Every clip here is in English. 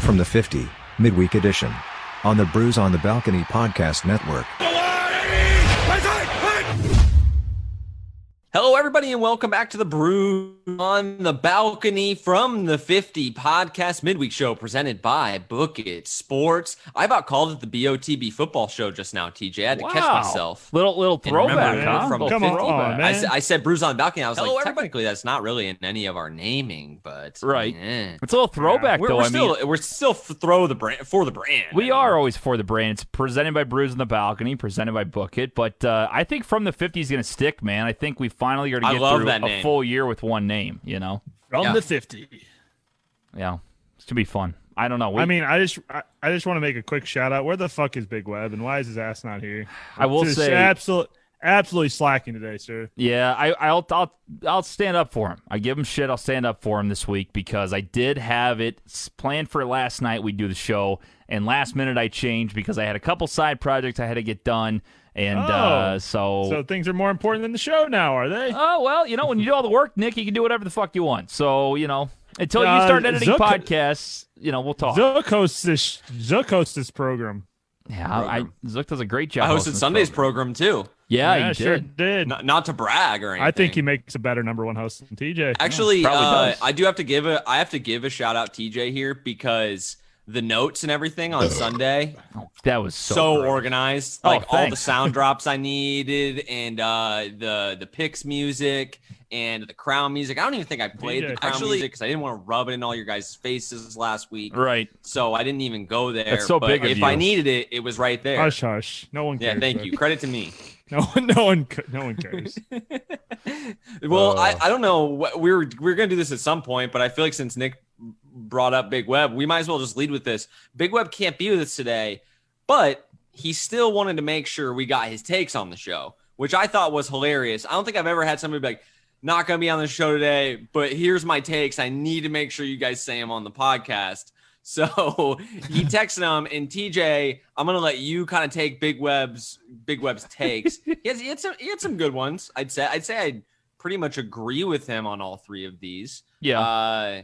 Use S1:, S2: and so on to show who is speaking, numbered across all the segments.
S1: from the 50, midweek edition. On the Brews on the Balcony Podcast Network.
S2: Hello, everybody, and welcome back to the Brew on the Balcony from the 50 podcast midweek show presented by Book It Sports. I about called it the BOTB football show just now, TJ. I had to catch
S3: Wow.
S2: myself.
S3: Little little
S2: and remember
S3: throwback,
S2: it
S3: huh?
S2: From
S3: Little
S4: Come
S2: 50.
S4: on,
S2: I,
S4: man.
S2: s- I said Brews on the Balcony. I was
S3: Hello,
S2: like,
S3: everybody.
S2: technically, that's not really in any of our naming, but.
S3: Right.
S2: eh.
S3: It's a little throwback
S2: We're,
S3: though.
S2: we're
S3: I
S2: still
S3: mean,
S2: we're still f- throw the brand for the brand. I
S3: we
S2: mean,
S3: are always for the brand. It's presented by Brews on the Balcony, presented by Book It. But uh, I think from the 50 is going to stick, man. I think we finally are
S2: I
S3: going to get
S2: love
S3: through
S2: that
S3: a
S2: name.
S3: full year with one name. You know,
S4: From
S2: Yeah.
S4: the 50.
S3: yeah, it's gonna be fun. I don't know. We,
S4: I mean, I just I, I just want to make a quick shout out. Where the fuck is Big Web and why is his ass not here?
S3: I will
S4: Just
S3: say,
S4: absolute, absolutely slacking today, sir.
S3: Yeah, I, I'll I'll I'll stand up for him. I give him shit. I'll stand up for him this week because I did have it s- planned for last night. We do the show, and last minute I changed because I had a couple side projects I had to get done, and uh,
S4: Oh.
S3: so.
S4: So things are more important than the show now, are they?
S3: Oh well, you know when you do all the work, Nick, you can do whatever the fuck you want. So you know until you
S4: Uh,
S3: start editing
S4: Zook-
S3: podcasts, you know we'll
S2: Oh.
S3: talk.
S4: Zook hosts this Zook hosts this program.
S3: yeah, I, I, Zook does a great job.
S2: I
S3: hosting
S2: hosted
S3: this
S2: Sunday's
S3: program.
S2: program, too.
S3: Yeah,
S4: yeah,
S3: you
S4: sure
S3: did.
S4: did.
S2: Not, not to brag or anything.
S4: I think he makes a better number one host than TJ.
S2: Actually,
S3: probably
S2: uh,
S3: does.
S2: I do have to give a I have to give a shout out TJ here because the notes and everything on Sunday
S3: Oh, That was
S2: so,
S3: so. gross.
S2: organized,
S3: Oh,
S2: like all the
S3: thanks.
S2: sound drops I needed and uh, the the picks music and the crown music. I don't even think I played the
S4: TJ.
S2: crown
S4: Actually-
S2: music because I didn't want to rub it in all your guys' faces last week,
S3: right.
S2: so I didn't even go there.
S3: That's so
S2: but
S3: big of
S2: if I
S3: you.
S2: needed it, it was right there.
S4: Hush, hush. No one cares.
S2: yeah, thank
S4: bro.
S2: you. Credit to me.
S4: No one, no one, ca- no one cares.
S2: well, I, I don't know. what- We were we are gonna do this at some point, but I feel like since Nick brought up Big Web, we might as well just lead with this. Big Web can't be with us today, but he still wanted to make sure we got his takes on the show, which I thought was hilarious. I don't think I've ever had somebody be like, "Not gonna be on the show today, but here's my takes. I need to make sure you guys say them on the podcast." So he texted him, and TJ, I'm gonna let you kind of take Big Web's Big Web's takes. he, has, he had some he had some good ones. I'd say I'd say I'd pretty much agree with him on all three of these.
S3: Yeah.
S2: Uh,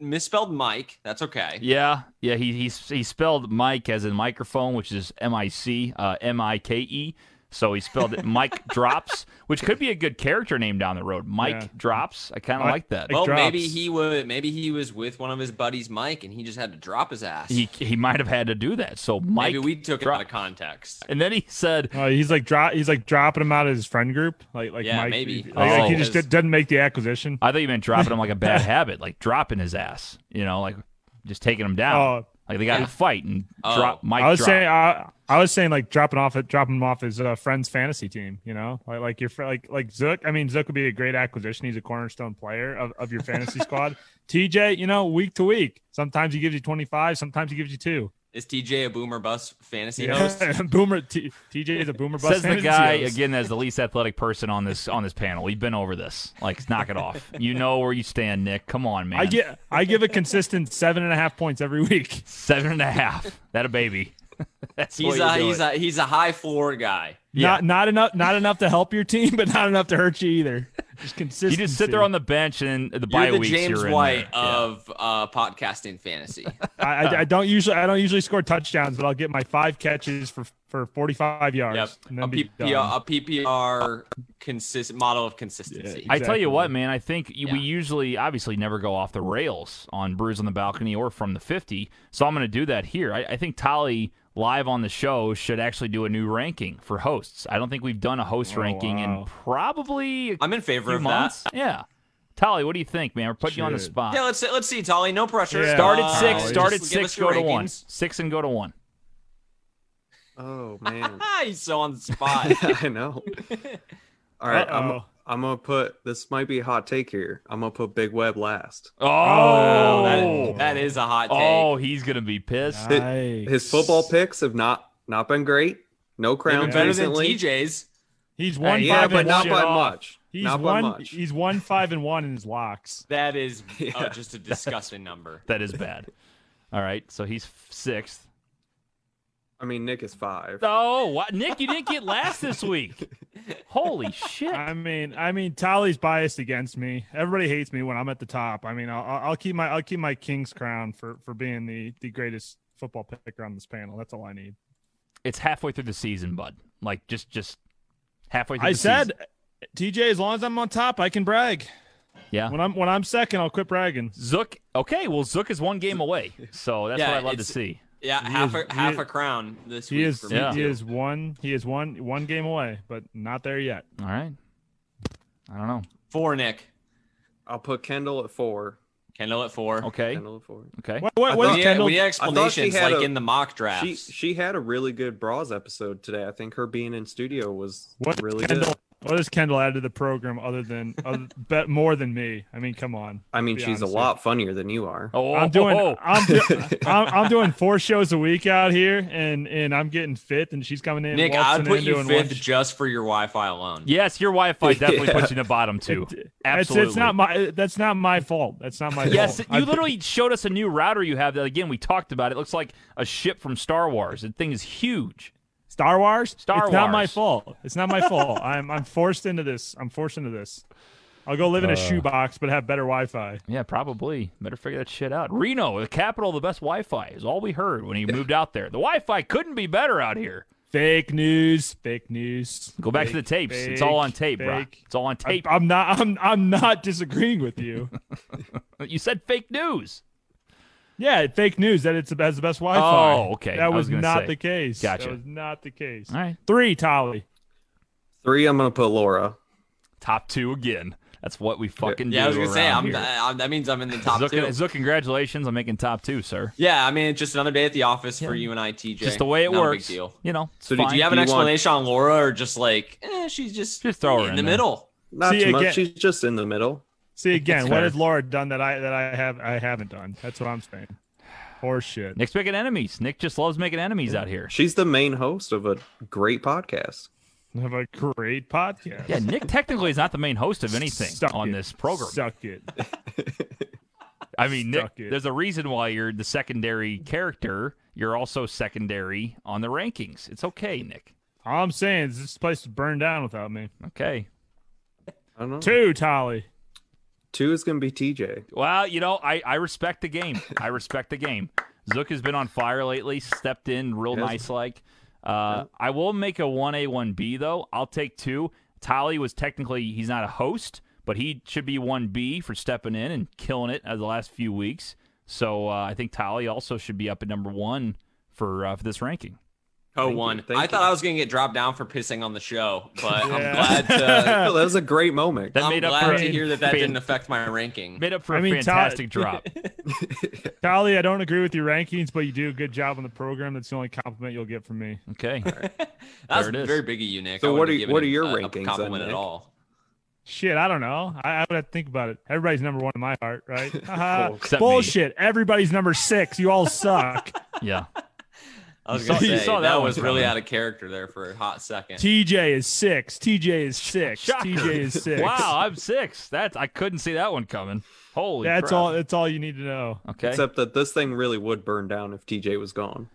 S2: misspelled Mike. That's okay.
S3: Yeah, yeah. He he he spelled Mike as in microphone, which is M I C uh, M I K E. So he spelled it Mike Drops, which could be a good character name down the road. Mike
S4: Yeah.
S3: Drops. I kind of
S4: Mike-
S3: like that.
S4: Mike-
S2: well,
S4: drops.
S2: maybe he would. Maybe he was with one of his buddies, Mike, and he just had to drop his ass.
S3: he he might have had to do that. So Mike.
S2: maybe we took it
S3: Drop-
S2: out of context.
S3: and then he said,
S4: Uh, he's like drop. He's like dropping him out of his friend group. Like, like
S2: Yeah,
S4: Mike,
S2: maybe.
S4: Like, like he
S3: Oh.
S4: just did, doesn't make the acquisition.
S3: "I thought you meant dropping him like a bad habit, like dropping his ass. You know, like just taking him down.
S4: Oh,
S3: like they got in a fight and
S2: Oh.
S3: drop Mike.
S4: I was
S3: drop.
S4: saying, I, I was saying, like dropping off, dropping him off his uh, friend's fantasy team. You know, like like your fr- like like Zook. I mean, Zook would be a great acquisition. He's a cornerstone player of, of your fantasy squad. TJ, you know, week to week, sometimes he gives you twenty five, sometimes he gives you two.
S2: Is TJ a boomer bus fantasy host?
S4: Yeah. boomer T, TJ is a boomer. bust
S3: Says the
S4: fantasy
S3: guy
S4: host.
S3: again that's the least athletic person on this on this panel. We've been over this. Like, knock it off. You know where you stand, Nick. Come on, man.
S4: I get I give a consistent seven and a half points every week.
S3: Seven and a half. That a baby. That's
S2: He's a
S3: what
S2: he's a he's a high floor guy.
S3: Yeah.
S4: Not not enough not enough to help your team, but not enough to hurt you either. Just consistent.
S3: You just sit there on the bench and the
S2: You're
S3: bye
S2: the
S3: weeks.
S2: James
S3: you're in
S2: White
S3: there.
S2: of uh, podcasting fantasy.
S4: I, I, I don't usually I don't usually score touchdowns, but I'll get my five catches for for forty five yards.
S2: Yep.
S4: and
S2: A
S4: then be done.
S2: PPR, a PPR consist model of consistency.
S4: Yeah,
S3: I tell
S4: Exactly.
S3: you what, man. I think y
S2: Yeah.
S3: we usually, obviously, never go off the rails on Brews on the Balcony or from the 50. So I'm going to do that here. I, I think Tolly live on the show should actually do a new ranking for hosts. I don't think we've done a host
S4: Oh,
S3: ranking
S4: wow.
S3: in probably a
S2: I'm in favor
S3: few
S2: of
S3: months. Yeah. Tolly, what do you think, man? We're putting you on the
S4: Should.
S3: spot.
S2: that. Yeah, let's let's see, Tolly. No pressure.
S4: Yeah.
S3: Start at
S4: Uh,
S3: six.
S4: just
S3: Start at
S2: give us
S3: six.
S2: your
S3: Go to one.
S2: rankings.
S3: Six and go to one.
S5: Oh man,
S2: He's so on the spot.
S5: I know. All right, I'm,
S4: Uh-oh.
S5: I'm gonna put this might be a hot take here. I'm gonna put Big Web last.
S3: Oh,
S4: Oh,
S2: That- that is a hot take.
S3: oh, he's gonna be pissed.
S4: Nice.
S5: His football picks have not not been great. No
S2: Even
S5: crowns
S2: better
S5: recently.
S2: than TJ's.
S4: He's one
S3: Hey,
S5: yeah,
S4: five
S5: but
S4: and
S5: not
S4: one.
S5: by
S3: off.
S5: much.
S4: He's
S5: not
S4: one.
S5: by much.
S4: He's one five and one in his locks.
S2: That is uh,
S5: Yeah.
S2: just a disgusting number.
S3: That is bad. All right, so he's f- sixth.
S5: I mean, Nick is five.
S3: Oh, what? Nick, you didn't get last this week. Holy shit!
S4: I mean, I mean, Tolly's biased against me. Everybody hates me when I'm at the top. I mean, I'll, I'll I'll keep my I'll keep my king's crown for for being the the greatest football picker on this panel. That's all I need.
S3: It's halfway through the season, bud. Like just just halfway. through
S4: I
S3: the
S4: said,
S3: season.
S4: TJ, as long as I'm on top, I can brag.
S3: Yeah.
S4: When I'm when I'm second, I'll quit bragging.
S3: Zook. Okay, well Zook is one game away, so that's
S2: Yeah,
S3: what I love to
S2: it's-
S3: see.
S2: Yeah,
S4: He
S2: half
S4: is-
S2: a
S4: he
S2: half
S4: is-
S2: a crown this
S4: He
S2: week
S4: is
S2: for me.
S3: Yeah.
S4: he
S2: too.
S4: is one he is one one game away, but not there yet.
S3: All right. I don't know.
S2: Four, Nick.
S5: I'll put Kendall at four.
S2: Kendall at four.
S3: Okay.
S5: Kendall at four.
S3: Okay.
S4: What what, what is
S5: I thought-
S2: we, need,
S4: Kendall?
S2: we need
S5: thought she
S2: explanations
S5: had
S2: like
S5: a-
S2: in the mock drafts.
S5: She she had a really good bras episode today. I think her being in studio was
S4: What
S5: really
S4: Kendall?
S5: good.
S4: What does Kendall add to the program other than other, bet more than me? I mean, come on.
S5: I mean,
S4: Be
S5: she's
S4: honest
S5: a
S4: here.
S5: lot funnier than you are.
S3: Oh,
S4: I'm doing
S3: oh,
S4: I'm, do, I'm I'm doing four shows a week out here, and and I'm getting fifth, and she's coming in.
S2: Nick,
S4: waltzing
S2: I'd put
S4: in,
S2: you
S4: doing one
S2: fifth
S4: sh-
S2: just for your Wi-Fi alone.
S3: Yes, your Wi-Fi definitely
S5: Yeah.
S3: puts you in the bottom too.
S4: It's,
S3: Absolutely.
S4: it's not my. That's not my fault. That's not my
S3: Yes,
S4: fault.
S3: you literally showed us a new router you have that again we talked about. It looks like a ship from Star Wars. The thing is huge.
S4: Star Wars.
S3: Star
S4: it's not my
S3: Wars.
S4: fault. It's not my fault. I'm I'm forced into this. I'm forced into this. I'll go live in a shoebox, but have better Wi-Fi.
S3: Yeah, probably. Better figure that shit out. Reno, the capital of the best Wi-Fi is all we heard when he moved out there. The Wi-Fi couldn't be better out here.
S4: Fake news. Fake news.
S3: Go back to the tapes. it's all on tape, bro.
S4: fake.
S3: It's all on
S4: I,
S3: tape.
S4: I'm not. I'm. I'm not disagreeing with you.
S3: you said fake news.
S4: Yeah, fake news that it's has the best Wi-Fi.
S3: Oh, okay. I
S4: That
S3: was
S4: was,
S3: gonna
S4: not
S3: say.
S4: the case.
S3: Gotcha.
S4: That was not the case.
S3: All right.
S4: Three, Tolly.
S5: Three, I'm gonna put Laura.
S3: Top two again. That's what we fucking
S2: Yeah, I
S3: do.
S2: was gonna say
S3: around
S2: I'm,
S3: here.
S2: I'm. That means I'm in the top
S3: Zook,
S2: two.
S3: Zook, congratulations on making top two, sir.
S2: Yeah, I mean, it's just another day at the office for you and I, TJ.
S3: Just the way it
S2: Not a big
S3: works.
S2: deal.
S3: You know. it's
S5: So did
S3: fine.
S2: Do you have an
S5: Do you want-
S2: explanation on Laura, or just like eh, she's just
S3: Just throw her
S2: in,
S3: in
S2: the
S3: there.
S2: middle?
S5: Not
S4: See,
S5: too much.
S4: again-
S5: She's just in the middle.
S4: See again,
S3: That's
S4: what
S3: fair.
S4: has Laura done that I that I have I haven't done? That's what I'm saying. Horse shit.
S3: Nick's making enemies. Nick just loves making enemies out here.
S5: She's the main host of a great podcast.
S4: Have a great podcast.
S3: Yeah, Nick technically is not the main host of anything
S4: Suck
S3: on
S4: it.
S3: this program.
S4: Suck it.
S3: I mean, Nick,
S4: Suck it.
S3: there's a reason why you're the secondary character. You're also secondary on the rankings. It's okay, Nick.
S4: All I'm saying is this place would burn down without me.
S3: Okay.
S5: I don't know. Two,
S4: Two, Tolly.
S5: is gonna be TJ.
S2: Oh,
S3: Well, you know, I, I respect the game. I respect the game. Zook has been on fire lately, stepped in real
S5: Yes.
S3: nice like. Uh, I will make a 1A, 1B, though. I'll take two. Tolly was technically, he's not a host, but he should be 1B for stepping in and killing it uh, the last few weeks. So uh, I think Tolly also should be up at number one for, uh, for this ranking.
S2: Oh,
S5: Thank you,
S2: one.
S5: thank
S2: I thought
S5: you.
S2: I was gonna get dropped down for pissing on the show, but I'm
S4: Yeah.
S2: glad to.
S5: Oh, that was a great moment.
S3: That
S2: I'm
S3: made up
S2: glad
S3: for
S2: to
S3: a
S2: hear that that
S3: fan-
S2: didn't affect my ranking.
S3: Made up for
S4: I
S3: a
S4: mean, Tolly-
S3: fantastic drop.
S4: Tolly, I don't agree with your rankings, but you do a good job on the program. That's the only compliment you'll get from me.
S3: Okay.
S2: That's
S3: There it is.
S2: very big of you, Nick.
S5: So
S2: I
S5: what
S2: wouldn't
S5: are-
S2: have given
S5: what are
S2: him
S5: your
S2: a- a
S5: rankings then,
S2: compliment at
S5: Nick?
S2: all?
S4: Shit, I don't know. I, I would have to think about it. Everybody's number one in my heart, right? Haha.
S3: Except me.
S4: Bullshit. Everybody's number six. You all suck.
S3: Yeah.
S2: I was
S3: You
S2: gonna
S3: saw- you
S2: say
S3: saw
S2: that,
S3: that one
S2: was really
S3: coming.
S2: out of character there for a hot second.
S4: TJ is six. TJ is six.
S3: Shocker.
S4: TJ is six.
S3: Wow, I'm six. That's I couldn't see that one coming. Holy
S4: That's
S3: crap.
S4: all. That's all you need to know.
S3: Okay.
S5: Except that this thing really would burn down if TJ was gone.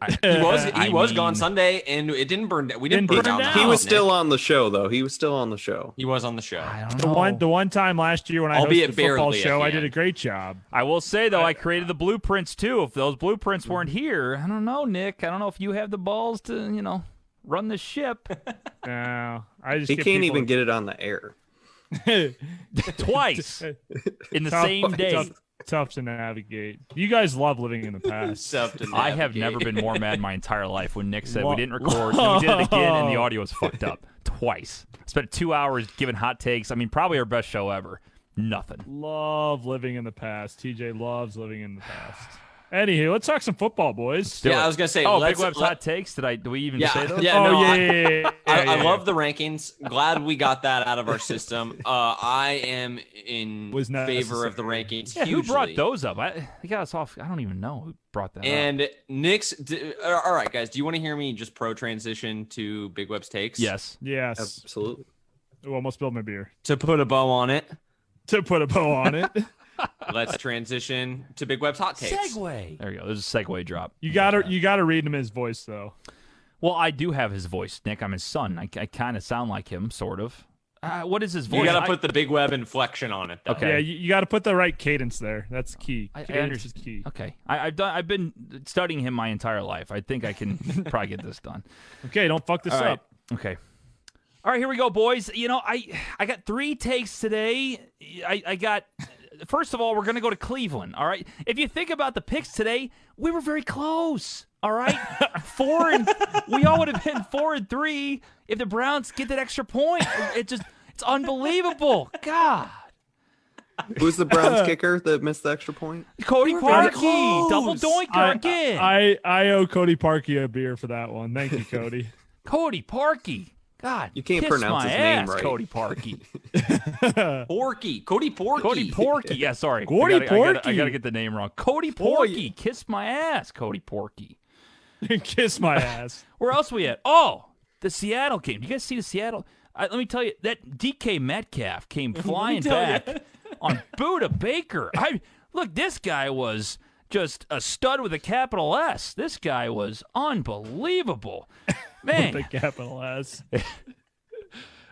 S2: He was he
S3: I
S2: was
S3: mean-
S2: gone Sunday, and it didn't burn. down. We didn't,
S4: Didn't
S2: burn
S4: burn
S2: down. the
S4: down.
S5: He
S2: house,
S5: was
S2: Oh, Nick.
S5: still on the show, though. He was still on the show.
S2: He was on the show.
S3: I don't
S4: The
S3: know.
S4: one. The one time last year when I
S2: Albeit
S4: hosted the football
S2: barely at
S4: show,
S2: the
S4: I did
S2: end.
S4: a great job.
S3: I will say though, I created the blueprints too. If those blueprints weren't here, I don't know, Nick. I don't know if you have the balls to, you know, run the ship
S4: No, I just
S5: He
S4: get
S5: can't
S4: people-
S5: even get it on the air.
S3: twice in the
S4: tough-
S3: same day.
S4: Tough, tough to navigate. You guys love living in the past.
S2: Stuff to
S3: I have
S2: navigate.
S3: never been more mad in my entire life when Nick said
S4: Whoa.
S3: we didn't record, and we did it again, and the audio was fucked up twice. Spent two hours giving hot takes. I mean, probably our best show ever. Nothing.
S4: love living in the past. TJ loves living in the past. Anywho, let's talk some football, boys.
S3: Do
S2: Yeah,
S3: it.
S2: I was gonna say.
S3: Oh,
S2: let's-
S3: Big Web's
S2: let-
S3: hot takes. Did I? Do we even
S2: Yeah,
S3: say those?
S2: yeah.
S4: oh
S2: no,
S4: yeah,
S2: I-
S4: yeah, yeah, yeah,
S2: I,
S4: yeah,
S2: I
S4: yeah.
S2: love the rankings. Glad we got that out of our system. Uh, I am in
S4: Was not
S2: favor of the rankings.
S3: Yeah, who brought
S2: hugely.
S3: those up? I, I got us off. I don't even know who brought that up.
S2: And Nick's. D- uh, all right, guys. Do you want to hear me just pro transition to Big Web's takes?
S3: Yes.
S4: Yes,
S5: Absolutely.
S4: Ooh, almost spilled my beer.
S2: To put a bow on it,
S4: To put a bow on it,
S2: let's transition to Big Web's hot takes.
S3: There you go. There's a segue drop.
S4: you gotta you gotta read him his voice though.
S3: Well, I do have his voice, Nick. I'm his son. I, I kind of sound like him, sort of. Uh, what is his voice?
S2: You got to
S3: I-
S2: put the big web inflection on it. Though.
S3: Okay.
S4: Yeah, you, you got to put the right cadence there. That's key.
S3: I- I
S4: cadence is
S3: understand.
S4: key.
S3: Okay, I, I've done. I've been studying him my entire life. I think I can probably get this done.
S4: Okay, don't fuck this
S3: All right.
S4: up.
S3: Okay. All right, here we go, boys. You know, I I got three takes today. I, I got first of all, we're gonna go to Cleveland. All right. If you think about the picks today, we were very close. All right. four and we all would have been four and three if the Browns get that extra point. It just it's unbelievable. God.
S5: Who's the Browns kicker that missed the extra point?
S3: Cody
S2: very
S3: Parkey, double
S2: close.
S3: doinker again.
S4: I, I I owe Cody Parkey a beer for that one. Thank you, Cody.
S3: Cody Parkey. God,
S5: You can't
S3: kiss
S5: pronounce
S3: my
S5: his name
S3: ass,
S5: right.
S3: Cody Parkey.
S2: Porky, Cody Porky.
S3: Cody Porky. Yeah, sorry.
S4: Cody
S3: I gotta, I gotta, I
S4: Porky.
S3: gotta get the name wrong. Cody Porky. Kiss my ass, Cody Porky.
S4: Kiss my ass.
S3: Where else we at? Oh, the Seattle game. You guys see the Seattle? I, let me tell you, that DK Metcalf came flying
S2: tell ya.
S3: back on Buda Baker. I look, this guy was just a stud with a capital S. This guy was unbelievable. Man,
S4: The capital S.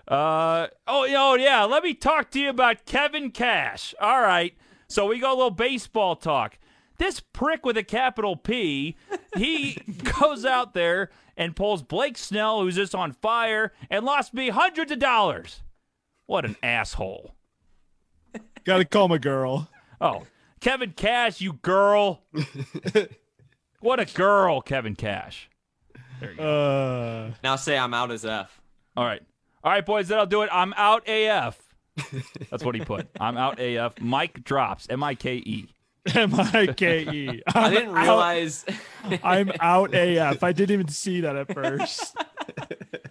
S3: Uh, oh, yeah, oh, yeah. Let me talk to you about Kevin Cash. All right. So we go a little baseball talk. This prick with a capital P, he goes out there and pulls Blake Snell, who's just on fire, and lost me hundreds of dollars. What an asshole.
S4: Got to call my girl.
S3: Oh, Kevin Cash, you girl. what a girl, Kevin Cash.
S4: Uh,
S2: Now say I'm out as F.
S3: All right. All right, boys, that'll do it. I'm out AF. That's what he put. I'm out AF. Mike drops. M I K E.
S4: M I K E.
S2: I didn't realize.
S4: I'm out AF. I didn't even see that at first.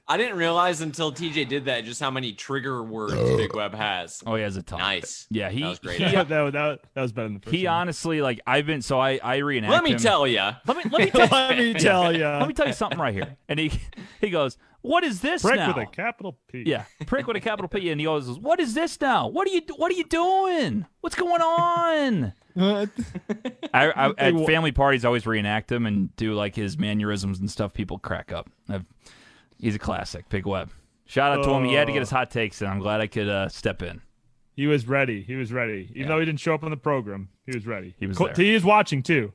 S2: I didn't realize until TJ did that just how many trigger words Big Web has.
S3: Oh, he has a ton.
S2: Nice.
S3: Yeah, he
S2: That was great.
S3: he,
S4: that, that, that was better than the first.
S3: he
S4: one.
S3: honestly like I've been so I I reenact.
S2: Let me
S3: him.
S2: tell you.
S3: Let me let me tell,
S4: Let me tell
S3: let
S4: you.
S3: me tell you something right here. And he he goes, "What is this
S4: Brick
S3: now?"
S4: with a capital P.
S3: yeah, prick with a capital P, and he goes, "What is this now? What are you what are you doing? What's going on?"
S4: What?
S3: I, I at family parties I always reenact him and do like his mannerisms and stuff. People crack up. I've, he's a classic, Big Web. Shout out to him. He had to get his hot takes, and I'm glad I could uh, step in.
S4: He was ready. He was ready. Even though he didn't show up on the program, he was ready.
S3: He was
S4: Co-
S3: there.
S4: He is watching too.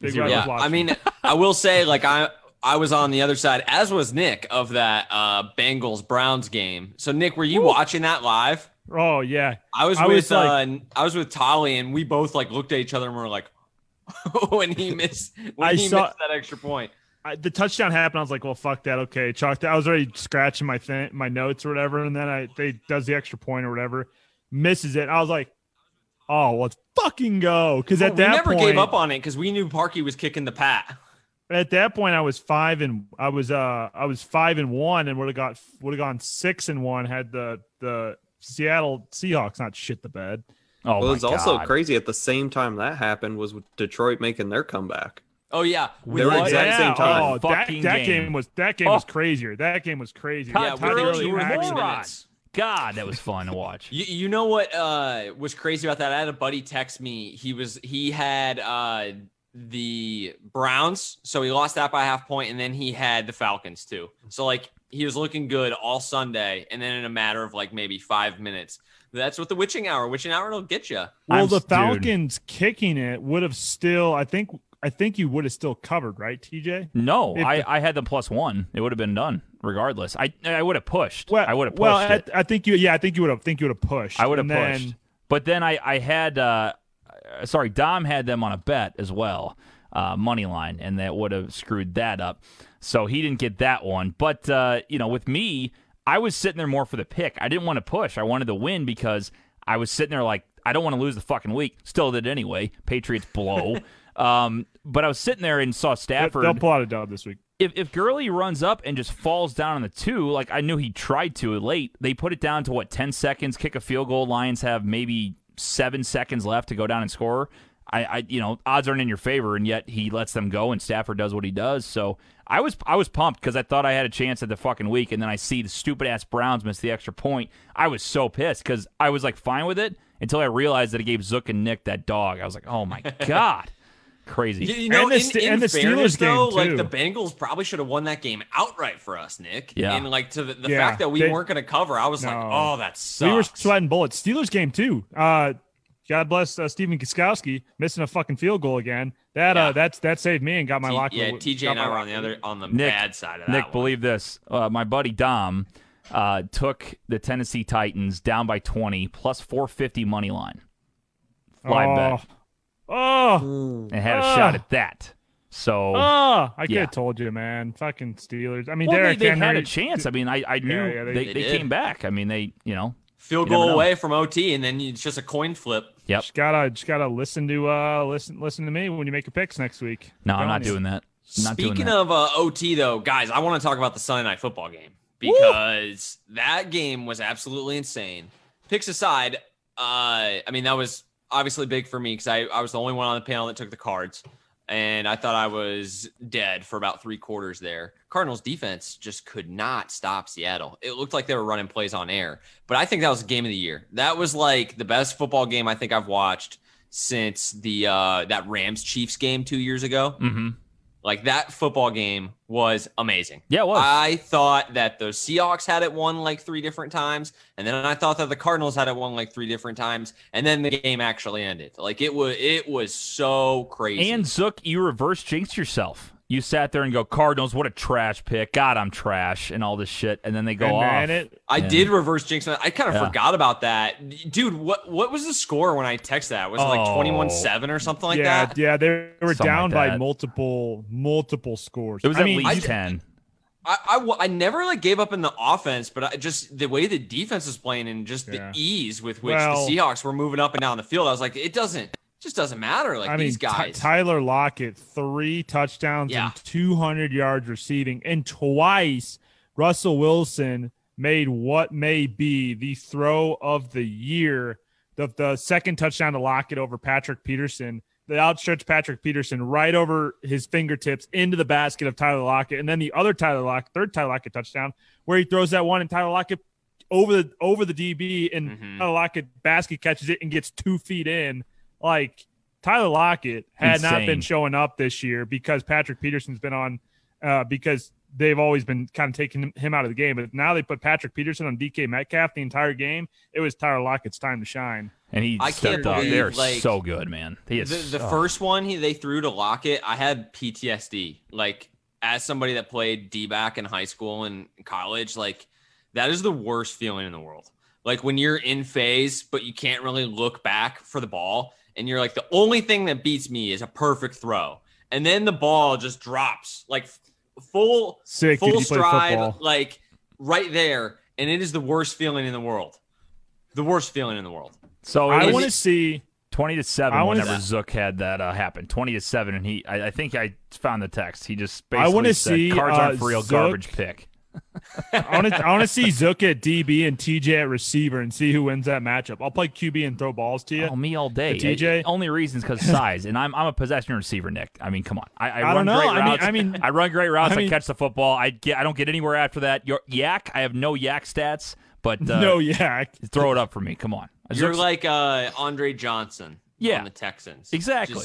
S4: Big
S3: he
S4: Red
S3: really?
S2: yeah,
S4: was watching.
S2: I mean, I will say, like I, I was on the other side, as was Nick of that uh, Bengals Browns game. So Nick, were you watching that live?
S4: oh yeah.
S2: I was
S4: I
S2: with
S4: was like-
S2: uh, I was with Tolly, and we both like looked at each other and we were like, when he missed, when
S4: I
S2: he
S4: saw-
S2: missed that extra point.
S4: I, the touchdown happened. I was like, well, fuck that. Okay, chalk that. I was already scratching my th- my notes or whatever, and then I they does the extra point or whatever, misses it. I was like, oh, well, let's fucking go. Because at
S2: Oh, we
S4: that
S2: never
S4: point,
S2: gave up on it because we knew Parky was kicking the pat.
S4: at that point I was five and I was uh I was five and one and would have got would have gone six and one had the the Seattle Seahawks not shit the bed.
S3: Oh,
S5: well,
S3: my
S5: it's also
S3: God.
S5: crazy. At the same time that happened was with Detroit making their comeback.
S2: Oh yeah, we
S5: They were
S2: were
S5: exact same time.
S4: Oh, that,
S3: Fucking
S4: that
S3: game.
S4: game was that game was
S3: Oh.
S4: crazier. That game was crazy.
S3: God,
S2: Yeah,
S3: Todd
S2: we're
S3: Gurley,
S2: really
S3: you were
S2: action
S3: moron.
S2: minutes.
S3: God, that was fun to watch.
S2: You, you know what uh, was crazy about that? I had a buddy text me. He was he had uh, the Browns, so he lost that by half point, and then he had the Falcons too. So like he was looking good all Sunday, and then in a matter of like maybe five minutes, that's what the witching hour. Witching hour will get you.
S4: Well,
S3: I'm-
S4: the
S3: dude.
S4: Falcons kicking it would have still. I think. I think you would have still covered, right, TJ?
S3: No,
S4: If-
S3: I, I had them plus one. It would have been done regardless. I I would have pushed. I would have pushed.
S4: Well,
S3: it.
S4: I, I think you. Yeah, I think you would have. Think you would have pushed.
S3: I would have
S4: And then-
S3: pushed. But then I, I had, uh, uh, sorry, Dom had them on a bet as well, uh, money line, and that would have screwed that up. So he didn't get that one. But, uh, you know, with me, I was sitting there more for the pick. I didn't want to push. I wanted to win because I was sitting there like, I don't want to lose the fucking week. Still did anyway. Patriots blow. um, but I was sitting there and saw Stafford
S4: They'll pull out a dub this week.
S3: if if Gurley runs up and just falls down on the two, like I knew he tried to late. They put it down to what ten seconds, kick a field goal. Lions have maybe seven seconds left to go down and score. I, I you know odds aren't in your favor, and yet he lets them go, and Stafford does what he does. So I was I was pumped because I thought I had a chance at the fucking week, and then I see the stupid ass Browns miss the extra point. I was so pissed because I was like fine with it until I realized that it gave Zook and Nick that dog. I was like, oh my god. Crazy.
S2: You, you know,
S4: And the
S2: in,
S4: Ste-
S2: in
S4: and the
S2: fairness,
S4: Steelers game,
S2: though, like
S4: too.
S2: the Bengals probably should have won that game outright for us, Nick.
S3: Yeah.
S2: And like to the, the
S4: Yeah,
S2: fact that we
S4: they-
S2: weren't going to cover, I was like,
S4: No.
S2: oh, that
S4: We were
S2: sucks.
S4: sweating bullets. Steelers game too. Uh, God bless uh, Steven Kiskowski missing a fucking field goal again. That
S2: Yeah.
S4: uh, that's that saved me and got my
S2: T-
S4: locker.
S2: yeah, TJ
S4: got
S2: and
S4: my
S2: I were on
S4: locker-
S2: the other on the
S3: Nick-
S2: bad side of that.
S3: Nick,
S2: one.
S3: believe this. Uh, my buddy Dom uh, took the Tennessee Titans down by 20 plus 450 money line. Fly
S4: Oh,
S3: bet
S4: oh,
S3: and had a
S4: Ah.
S3: shot at that. So
S4: oh, I could
S3: Yeah.
S4: have told you, man. Fucking Steelers. I mean,
S3: well, they,
S4: Derek
S3: they
S4: Henry.
S3: had a chance. I mean, I, I knew
S4: yeah,
S3: they,
S4: they-
S3: they,
S2: They did.
S3: came back. I mean, they, you know,
S2: field
S3: You never
S2: goal
S3: know.
S2: away from OT, and then it's just a coin flip.
S3: yep.
S4: Just gotta just gotta listen to uh listen listen to me when you make your picks next week.
S3: No, I'm not
S4: Telling you.
S3: doing that. Not doing
S2: Speaking
S3: that.
S2: of uh, OT, though, guys, I want to talk about the Sunday night football game because that game was absolutely insane. Picks aside, uh, I mean, that was obviously big for me because I, I was the only one on the panel that took the cards, and I thought I was dead for about three quarters there. Cardinals defense just could not stop Seattle. It looked like they were running plays on air, but I think that was the game of the year. That was like the best football game I think I've watched since the uh, that Rams Chiefs game two years ago.
S3: hmm
S2: Like that football game was amazing.
S3: Yeah, it was.
S2: I thought that the Seahawks had it won like three different times, and then I thought that the Cardinals had it won like three different times, and then the game actually ended. Like it was, it was so crazy.
S3: and Zook, you reverse jinxed yourself. You sat there and go, Cardinals, what a trash pick. God, I'm trash, and all this shit. And then they go
S4: And
S3: off.
S4: man, it
S2: I
S3: Yeah.
S2: did reverse jinx. I kind of
S3: Yeah.
S2: forgot about that, dude. What what was the score when I texted that? Was it like
S3: Oh.
S2: twenty one seven or something like
S4: yeah,
S2: that?
S4: yeah, they were
S3: Something
S4: down
S3: like
S4: by
S3: that.
S4: multiple multiple scores.
S3: It was
S4: I
S3: at
S4: mean,
S3: least
S2: I ju-
S3: 10.
S2: I, I wa- I never like gave up in the offense, but I just the way the defense is playing and just
S4: Yeah.
S2: the ease with which
S4: Well-
S2: the Seahawks were moving up and down the field, I was like, it doesn't it just doesn't matter. Like
S4: I mean,
S2: these
S4: Ty-
S2: guys,
S4: Tyler Lockett, three touchdowns
S2: Yeah.
S4: and 200 yards receiving, and twice Russell Wilson made what may be the throw of the year, the, the second touchdown to Lockett over Patrick Peterson. The outstretched Patrick Peterson right over his fingertips into the basket of Tyler Lockett, and then the other Tyler Lockett, third Tyler Lockett touchdown, where he throws that one, and Tyler Lockett over the over the DB, and
S2: Mhm.
S4: Tyler Lockett Oh, basket catches it and gets two feet in. Like Tyler Lockett had not
S3: Insane.
S4: been showing up this year because Patrick Peterson's been on, uh, because they've always been kind of taking him out of the game. But now they put Patrick Peterson on DK Metcalf the entire game. It was Tyler Lockett's time to shine.
S3: And he
S2: I
S3: stepped
S2: can't
S3: up.
S2: believe,
S3: They're
S2: like,
S3: so good, man. He is
S2: the, the
S3: oh.
S2: first one he they threw to Lockett, I had PTSD. Like as somebody that played D back in high school and college, like that is the worst feeling in the world. Like when you're in phase, but you can't really look back for the ball, and you're like, the only thing that beats me is a perfect throw, and then the ball just drops like f- full
S4: Sick, dude,
S2: full
S4: he played
S2: stride,
S4: football.
S2: like right there, and it is the worst feeling in the world. The worst feeling in the world.
S3: So Oh, it
S4: I
S3: was
S4: want to see.
S3: 20 to 7
S4: I wanna
S3: whenever
S4: s-
S3: Zook had that uh, happen. 20 to 7. And he, I, I think I found the text. He just
S4: I wanna
S3: basically said,
S4: see,
S3: cards
S4: uh,
S3: aren't for real,
S4: Zook-
S3: garbage pick.
S4: I want to. I want to see Zook at DB and TJ at receiver and see who wins that matchup. I'll play QB and throw balls to you.
S3: Oh, me all day.
S4: The DJ?
S3: I- only reasons because size, and I'm I'm a possession receiver, Nick. I mean, come on. I, I,
S4: I don't
S3: run
S4: know.
S3: great
S4: I mean-
S3: routes.
S4: I mean-
S3: I run great routes. I,
S4: I mean-
S3: catch the football. I get. I don't get anywhere after that. Your, yak. I have no yak stats, but uh,
S4: no, yeah,
S3: throw it up for me. Come on.
S2: You're
S3: Zook's-
S2: like uh, Andre Johnson
S3: Yeah.
S2: on the Texans.
S3: Exactly.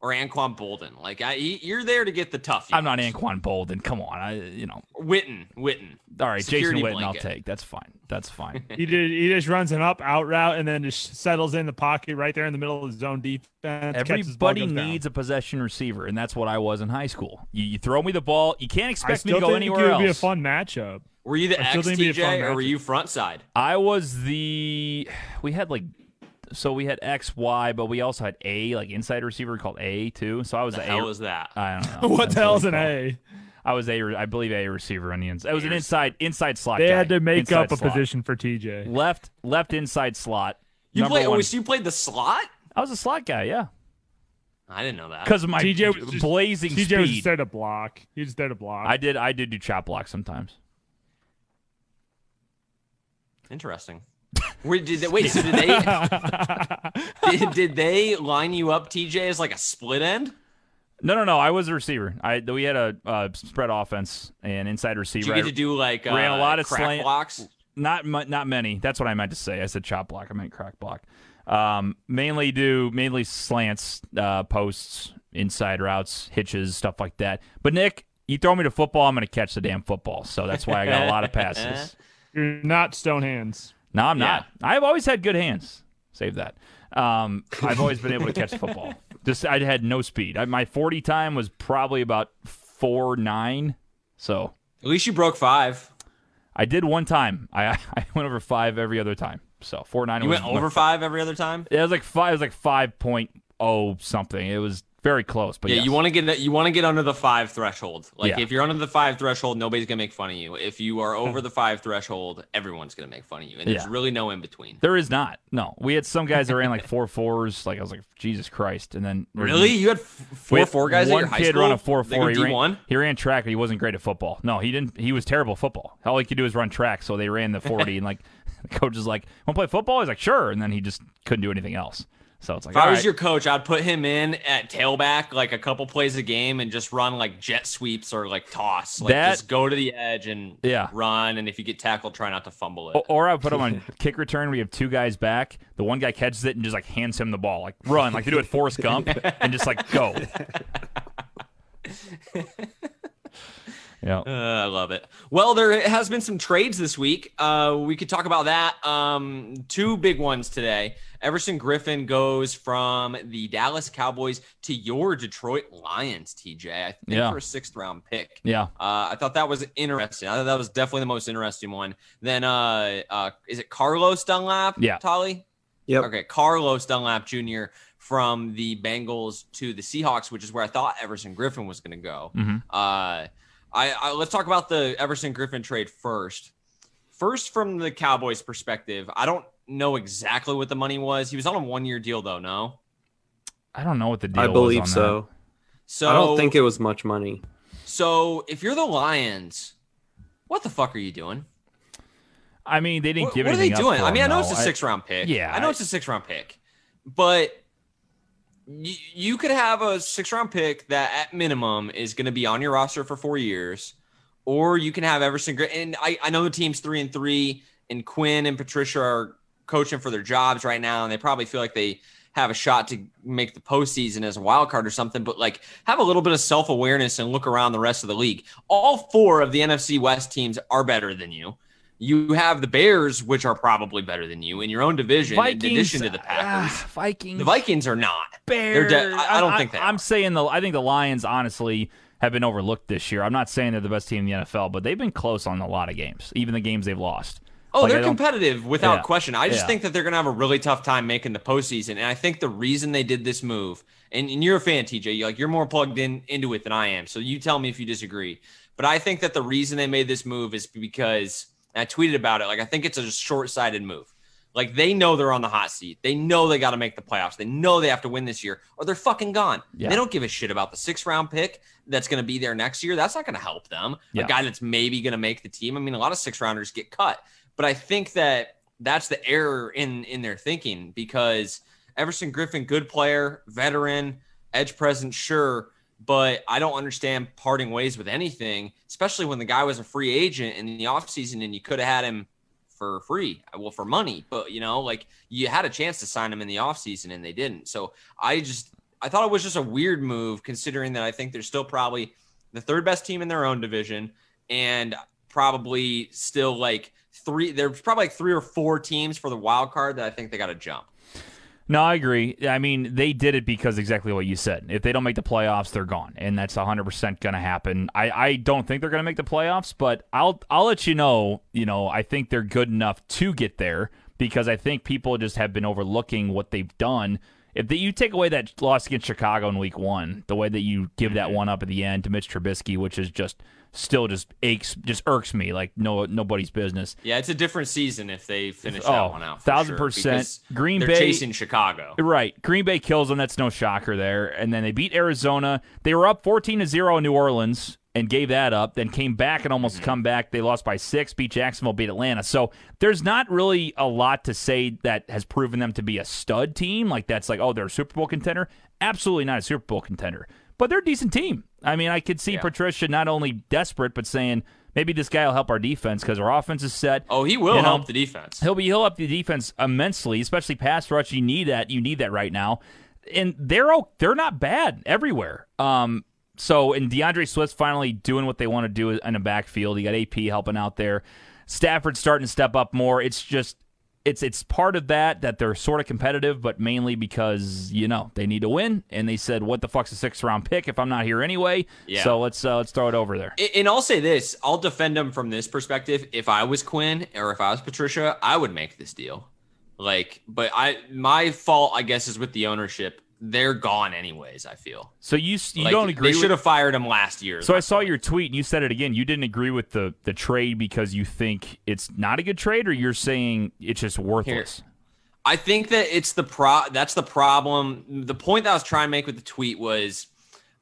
S2: or Anquan Bolden. Like I, he- you're there to get the tough.
S3: I'm not
S2: yards.
S3: Anquan Bolden. Come on. I you know.
S2: Witten. Witten.
S3: All right,
S2: Security
S3: Jason Witten. I'll
S2: blanket.
S3: take. That's fine. That's fine.
S4: He did. He just runs an up out route and then just settles in the pocket right there in the middle of the zone defense. catches the ball,
S3: Everybody
S4: goes down.
S3: needs a possession receiver, and that's what I was in high school. You, you throw me the ball. You can't
S4: I
S3: expect me
S4: still
S3: to go
S4: think it
S3: anywhere
S4: would
S3: else.
S4: be a fun matchup.
S2: Were you the
S4: I
S2: ex
S4: still think it'd be a fun
S2: TJ or were
S4: matchup.
S2: you front side?
S3: I was the we had like so we had X Y, but we also had A like inside receiver called A too. So I was
S2: The
S3: the
S2: hell
S3: A. Uh,
S2: was that?
S3: I don't know
S4: What
S3: That's
S4: the hell's
S3: they
S4: an
S3: call it.
S4: A?
S3: I was a re- I believe a receiver on the inside. It was an
S2: A
S3: inside inside slot.
S4: They
S3: guy.
S4: had to make
S3: Inside
S4: up a
S3: slot.
S4: position for TJ.
S3: Left left inside slot.
S2: You
S3: Number
S2: played.
S3: one.
S2: Oh, so you played the slot?
S3: I was a slot guy, yeah,
S2: I didn't know that.
S3: because of my
S4: TJ was just-
S3: blazing
S4: TJ was
S3: speed.
S4: just there to block. He was there to block.
S3: I did I did do chop block sometimes.
S2: Interesting. Where did they, wait? So did they did, did they line you up, TJ, as like a split end?
S3: No, no, no. I was a receiver. I we had a uh, spread offense and inside
S2: Did
S3: receiver.
S2: you
S3: I-
S2: get to do like uh,
S3: Ran a lot of
S2: crack
S3: slant-
S2: blocks?
S3: not mu- not many. That's what I meant to say. I said chop block. I meant crack block. Um, mainly do mainly slants, uh, posts, inside routes, hitches, stuff like that. But Nick, you throw me to football, I'm going to catch the damn football. So that's why I got a lot of passes.
S4: You're not stone hands.
S3: No, I'm not. I've always had good hands. Save that. Um, I've always been able to catch the football. Just I had no speed. I, my 40 time was probably about four nine. So
S2: At least you broke five.
S3: I did one time. I I went over five every other time. So four nine.
S2: You
S3: was
S2: went
S3: my-
S2: over five every other time.
S3: It was like five. It was like five point oh something. It was very close. But
S2: Yeah,
S3: yes.
S2: you want to get you want to get under the five threshold. Like
S3: Yeah.
S2: if you're under the five threshold, nobody's gonna make fun of you. If you are over the five threshold, everyone's gonna make fun of you, and there's
S3: Yeah. Mm-hmm.
S2: really no in between.
S3: There is not. No, we had some guys that ran like four fours. Like I was like Jesus Christ, and then
S2: Really, you had f-
S3: We
S2: four
S3: had
S2: four guys at
S3: One
S2: your high
S3: kid
S2: school.
S3: run a four
S2: They
S3: four.
S2: go
S3: He
S2: D one.
S3: ran, he ran track, but he wasn't great at football. No, he didn't. He was terrible at football. All he could do was run track. So they ran the forty, and like the coach is like, "Want to play football?" He's like, "Sure," and then he just couldn't do anything else. So it's like,
S2: If I
S3: all
S2: was
S3: right.
S2: your coach, I'd put him in at tailback like a couple plays a game and just run like jet sweeps or like toss. Like
S3: That-
S2: just go to the edge and
S3: Yeah.
S2: run. And if you get tackled, try not to fumble it.
S3: O- Or I put him on kick return. We have two guys back. The one guy catches it and just like hands him the ball, like run, like they do at Forrest Gump, and just like go. yeah,
S2: Uh, I love it. Well, there has been some trades this week. Uh, we could talk about that. Um, two big ones today. Everson Griffin goes from the Dallas Cowboys to your Detroit Lions, TJ. I think
S3: Yeah.
S2: for a sixth round pick.
S3: yeah.
S2: Uh, I thought that was interesting. I thought that was definitely the most interesting one. Then, uh, uh, is it Carlos Dunlap?
S3: Yeah.
S2: Tolly?
S5: Yep.
S2: Okay. Carlos Dunlap Jr. from the Bengals to the Seahawks, which is where I thought Everson Griffin was going to go.
S3: hmm
S2: Uh, I, I let's talk about the Everson Griffin trade first. First, from the Cowboys' perspective, I don't know exactly what the money was. He was on a one-year deal, though. No,
S3: I don't know what the deal.
S5: I
S3: was on
S5: believe
S3: that.
S5: so.
S2: so
S5: I don't think it was much money.
S2: So if you're the Lions, what the fuck are you doing?
S3: I mean, they didn't
S2: What,
S3: give
S2: what are they
S3: anything up
S2: doing?
S3: for
S2: I mean, I
S3: him,
S2: know
S3: though.
S2: it's a six-round pick.
S3: Yeah,
S2: I know
S3: I-
S2: it's a six-round pick, but. You, you could have a six round pick that at minimum is going to be on your roster for four years. or you can have Everson. Gr- And I, I know the team's three and three, and Quinn and Patricia are coaching for their jobs right now, and they probably feel like they have a shot to make the postseason as a wild card or something. But like, have a little bit of self awareness and look around the rest of the league. All four of the NFC West teams are better than you. You have the Bears, which are probably better than you in your own division,
S3: Vikings,
S2: in addition to the Packers.
S3: ah, Vikings,
S2: the Vikings are not.
S3: Bears.
S2: de- I- I don't think they
S3: I'm
S2: are.
S3: saying the. I think the Lions honestly have been overlooked this year. I'm not saying they're the best team in the NFL, but they've been close on a lot of games, even the games they've lost.
S2: Oh,
S3: Like, I
S2: they're
S3: don't-
S2: competitive without
S3: Yeah.
S2: question. I just
S3: Yeah.
S2: think that they're going to have a really tough time making the postseason, and I think the reason they did this move, and, and you're a fan, TJ, you like you're more plugged in into it than I am, so you tell me if you disagree. But I think that the reason they made this move is because and I tweeted about it. Like I think it's a short-sighted move. Like they know they're on the hot seat. They know they got to make the playoffs. They know they have to win this year, or they're fucking gone.
S3: Yeah.
S2: They don't give a shit about the six-round pick that's going to be there next year. That's not going to help them.
S3: Yeah.
S2: A guy that's maybe going to make the team. I mean, a lot of six-rounders get cut but I think that that's the error in in their thinking because Everson Griffin, good player, veteran, edge presence, sure, but I don't understand parting ways with anything, especially when the guy was a free agent in the offseason and you could have had him for free, well, for money, but you know, like you had a chance to sign him in the offseason and they didn't. So I just I thought it was just a weird move considering that I think they're still probably the third best team in their own division and probably still like three there's probably like three or four teams for the wild card that I think they got to jump.
S3: No, I agree. I mean, they did it because exactly what you said. If they don't make the playoffs, they're gone, and that's 100% going to happen. I, I don't think they're going to make the playoffs, but I'll I'll let you know, you know, I think they're good enough to get there because I think people just have been overlooking what they've done. If the, you take away that loss against Chicago in week 1, the way that you give that one up at the end to Mitch Trubisky, which is just still just aches just irks me like no nobody's business.
S2: Yeah, it's a different season if they finish
S3: Oh,
S2: that one out. for
S3: 1000%.
S2: sure, because
S3: Green
S2: they're
S3: Bay-
S2: chasing Chicago.
S3: Right. Green Bay kills them. That's no shocker there. And then they beat Arizona. They were up 14 to 0 in New Orleans and gave that up, then came back and almost come back. They lost by six, beat Jacksonville, beat Atlanta. So there's not really a lot to say that has proven them to be a stud team. Like that's like, oh, they're a Super Bowl contender. Absolutely not a Super Bowl contender. But they're a decent team. I mean, I could see Patricia not only desperate, but saying maybe this guy will help our defense because our offense is set.
S2: Oh, he will
S3: You know,
S2: help the defense.
S3: He'll be he'll up the defense immensely, especially pass rush. You need that. You need that right now. and they're o- they're not bad everywhere. Um, so and DeAndre Swift's finally doing what they want to do in the backfield. You got AP helping out there. Stafford's starting to step up more. It's just it's it's part of that that they're sort of competitive, but mainly because you know they need to win. And they said, "What the fuck's a sixth round pick if I'm not here anyway?"
S2: Yeah.
S3: So let's uh, let's throw it over there.
S2: A- And I'll say this: I'll defend him from this perspective. If I was Quinn or if I was Patricia, I would make this deal. Like, but I my fault, I guess, is with the ownership. They're gone anyways. I feel
S3: So you s- you
S2: Like,
S3: don't agree?
S2: They
S3: with-
S2: should have fired him last year.
S3: So I saw your tweet and you said it again. You didn't agree with the the trade because you think it's not a good trade, or you're saying it's just worthless.
S2: I think that it's the pro. That's the problem. The point that I was trying to make with the tweet was,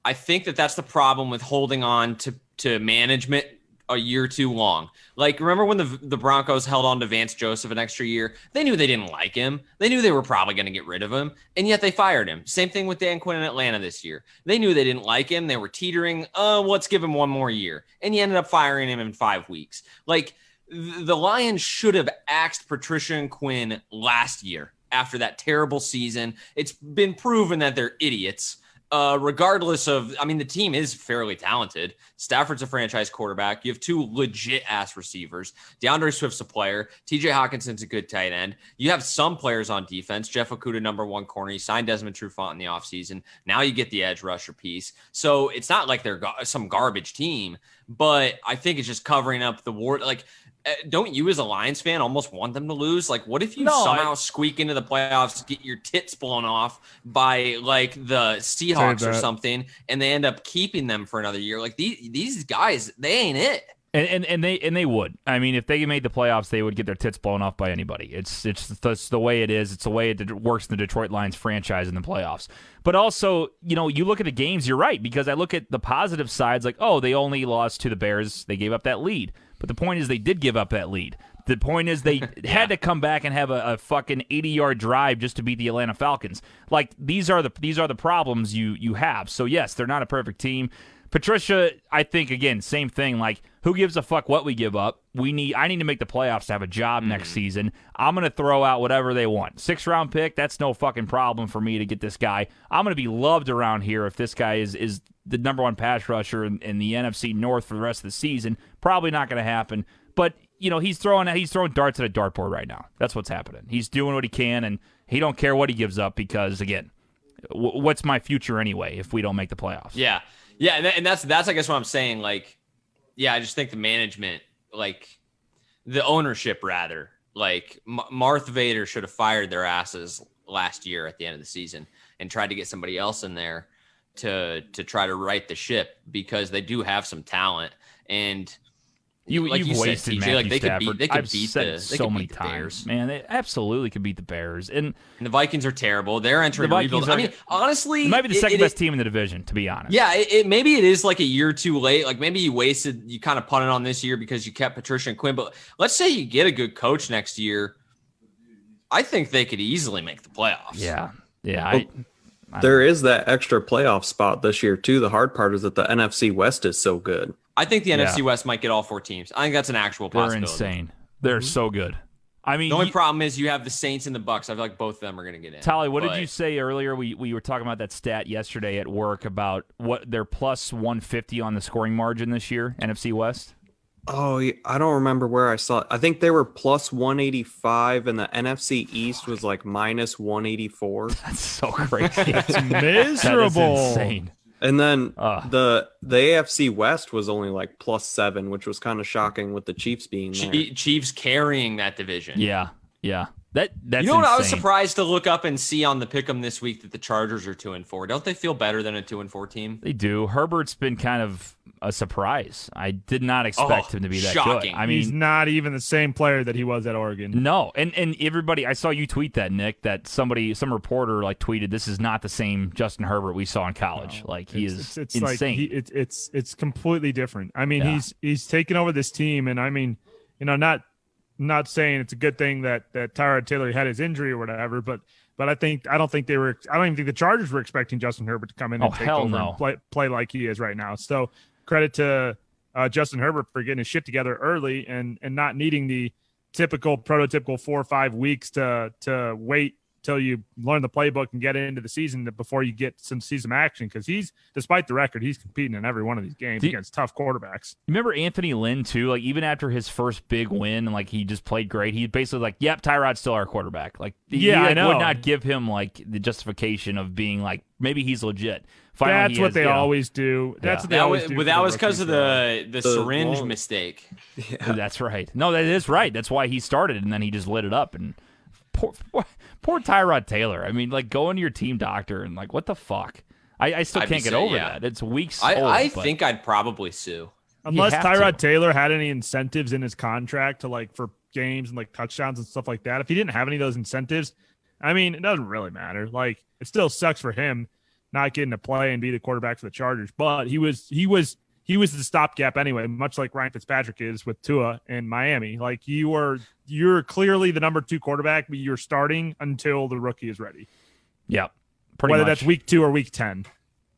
S2: I think that that's the problem with holding on to to management a year too long. Like remember when the the Broncos held on to Vance Joseph an extra year? They knew they didn't like him. They knew they were probably going to get rid of him, and yet they fired him. Same thing with Dan Quinn in Atlanta this year. They knew they didn't like him. They were teetering. Oh, let's give him one more year, and he ended up firing him in five weeks. Like th- the Lions should have axed Patricia and Quinn last year after that terrible season. It's been proven that they're idiots. Uh, regardless of, I mean, the team is fairly talented. Stafford's a franchise quarterback. You have two legit ass receivers. DeAndre Swift's a player. TJ Hawkinson's a good tight end. You have some players on defense. Jeff Okuda, number one corner. You signed Desmond Trufant in the offseason. Now you get the edge rusher piece. So it's not like they're gar- some garbage team, but I think it's just covering up the war. Like, eh, don't you as a Lions fan almost want them to lose? Like, what if you
S3: No, I-
S2: somehow squeak into the playoffs, get your tits blown off by like the Seahawks or
S4: that.
S2: something, and they end up keeping them for another year? Like these these guys, they ain't it.
S3: And, and and they and they would. I mean, if they made the playoffs, they would get their tits blown off by anybody. It's it's that's the way it is. It's the way it de- works in the Detroit Lions franchise in the playoffs. But also, you know, you look at the games. You're right because I look at the positive sides. Like, oh, they only lost to the Bears. They gave up that lead. But the point is, they did give up that lead. The point is, they had to come back and have a, a fucking 80 yard drive just to beat the Atlanta Falcons. Like these are the these are the problems you you have. So yes, they're not a perfect team. Patricia, I think again, same thing. Like, who gives a fuck what we give up? We need. I need to make the playoffs to have a job next season. I'm gonna throw out whatever they want. Six round pick. That's no fucking problem for me to get this guy. I'm gonna be loved around here if this guy is is the number one pass rusher in, in the NFC North for the rest of the season. Probably not gonna happen. But you know he's throwing he's throwing darts at a dartboard right now. That's what's happening. He's doing what he can, and he don't care what he gives up because again, w- what's my future anyway if we don't make the playoffs?
S2: Yeah, yeah, and, tha- and that's that's I guess what I'm saying. Like, yeah, I just think the management, like the ownership, rather, like M- Marth Vader should have fired their asses last year at the end of the season and tried to get somebody else in there to to try to right the ship because they do have some talent and
S3: You,
S2: Like
S3: you've
S2: you said,
S3: wasted
S2: TJ,
S3: Matthew
S2: like, they could
S3: Stafford.
S2: beat- they could
S3: I've
S2: beat
S3: said
S2: the-
S3: it
S2: they
S3: so
S2: could
S3: many
S2: beat the
S3: times,
S2: Bears.
S3: man. They absolutely could beat the Bears, and
S2: and the Vikings are terrible. They're entering a
S3: The Vikings
S2: rebuild.
S3: are-
S2: I mean, honestly,
S3: it might be the
S2: it-
S3: second
S2: it-
S3: best team in the division, to be honest.
S2: Yeah, it, it maybe it is like a year too late. Like maybe you wasted, you kind of punted on this year because you kept Patricia and Quinn. But let's say you get a good coach next year, I think they could easily make the playoffs.
S3: yeah, yeah. I,
S5: There is that extra playoff spot this year too. The hard part is that the NFC West is so good.
S2: I think the
S3: Yeah.
S2: NFC West might get all four teams. I think that's an actual
S3: they're
S2: possibility.
S3: insane. They're so good. I mean,
S2: The only
S3: you-
S2: problem is you have the Saints and the Bucks. I feel like both of them are going to get in.
S3: Tali, what did
S2: But
S3: you say earlier? We we were talking about that stat yesterday at work about what they're plus 150 on the scoring margin this year, NFC West.
S5: Oh, yeah, I don't remember where I saw it. I think they were plus 185 and the NFC East was like minus 184.
S3: That's so crazy. that is
S4: Miserable.
S3: insane.
S5: And then
S3: Ugh.
S5: the the AFC West was only like plus 7, which was kind of shocking with the Chiefs being there.
S2: Chi- Chiefs carrying that division.
S3: Yeah, yeah. That that's
S2: you know what? I was
S3: insane.
S2: surprised to look up and see on the pick'em this week that the Chargers are two and four. Don't they feel better than a two and four team?
S3: They do. Herbert's been kind of a surprise. I did not expect
S2: Oh,
S3: him to be that
S2: shocking.
S3: good. I
S4: He's
S3: mean,
S4: not even the same player that he was at Oregon.
S3: no, and and everybody, I saw you tweet that Nick that somebody, some reporter, like tweeted, "This is not the same Justin Herbert we saw in college. like he
S4: it's,
S3: is
S4: it's, it's
S3: insane."
S4: like he, it's it's it's completely different. I mean,
S3: Yeah.
S4: he's he's taken over this team, and I mean, you know, not not saying it's a good thing that that Tyrod Taylor had his injury or whatever, but but I think I don't think they were I don't even think the Chargers were expecting Justin Herbert to come in and
S3: Oh,
S4: take
S3: hell
S4: over
S3: no.
S4: and play play like he is right now. So credit to uh, Justin Herbert for getting his shit together early and and not needing the typical prototypical four or five weeks to to wait till you learn the playbook and get into the season that- before you get some season action because he's despite the record he's competing in every one of these games
S3: Do you-
S4: against tough quarterbacks.
S3: Remember Anthony Lynn too? Like even after his first big win, and like he just played great. He basically like, yep, Tyrod's still our quarterback. Like he- he,
S4: Yeah, I
S3: like, would
S4: know.
S3: not give him like the justification of being like maybe he's legit.
S4: That's
S3: he
S4: what
S3: has,
S4: they
S3: you know,
S4: always do. That's what
S3: Yeah.
S4: they
S2: That
S4: always
S2: was,
S4: do.
S2: but
S4: for
S2: that
S4: the
S2: was because
S4: rookies,
S2: of
S4: though.
S2: the the
S5: The
S2: syringe
S5: long-
S2: mistake.
S5: Yeah.
S3: That's right. No, that is right. That's why he started, and then he just lit it up. And poor, poor, poor Tyrod Taylor. I mean, like going to your team doctor and like, what the fuck? I, I still
S2: I'd be
S3: can't get
S2: sa-
S3: over
S2: yeah.
S3: that. It's weeks.
S2: I,
S3: old,
S2: I
S3: but-
S2: think I'd probably sue.
S4: Unless
S3: have to.
S4: Tyrod Taylor had any incentives in his contract to like for games and like touchdowns and stuff like that. If he didn't have any of those incentives, I mean, it doesn't really matter. Like it still sucks for him not getting to play and be the quarterback for the Chargers, but he was he was he was the stopgap anyway, much like Ryan Fitzpatrick is with Tua in Miami. Like you were you're clearly the number 2 quarterback, but you're starting until the rookie is ready.
S3: yeah, pretty
S4: whether
S3: much.
S4: that's week 2 or week 10.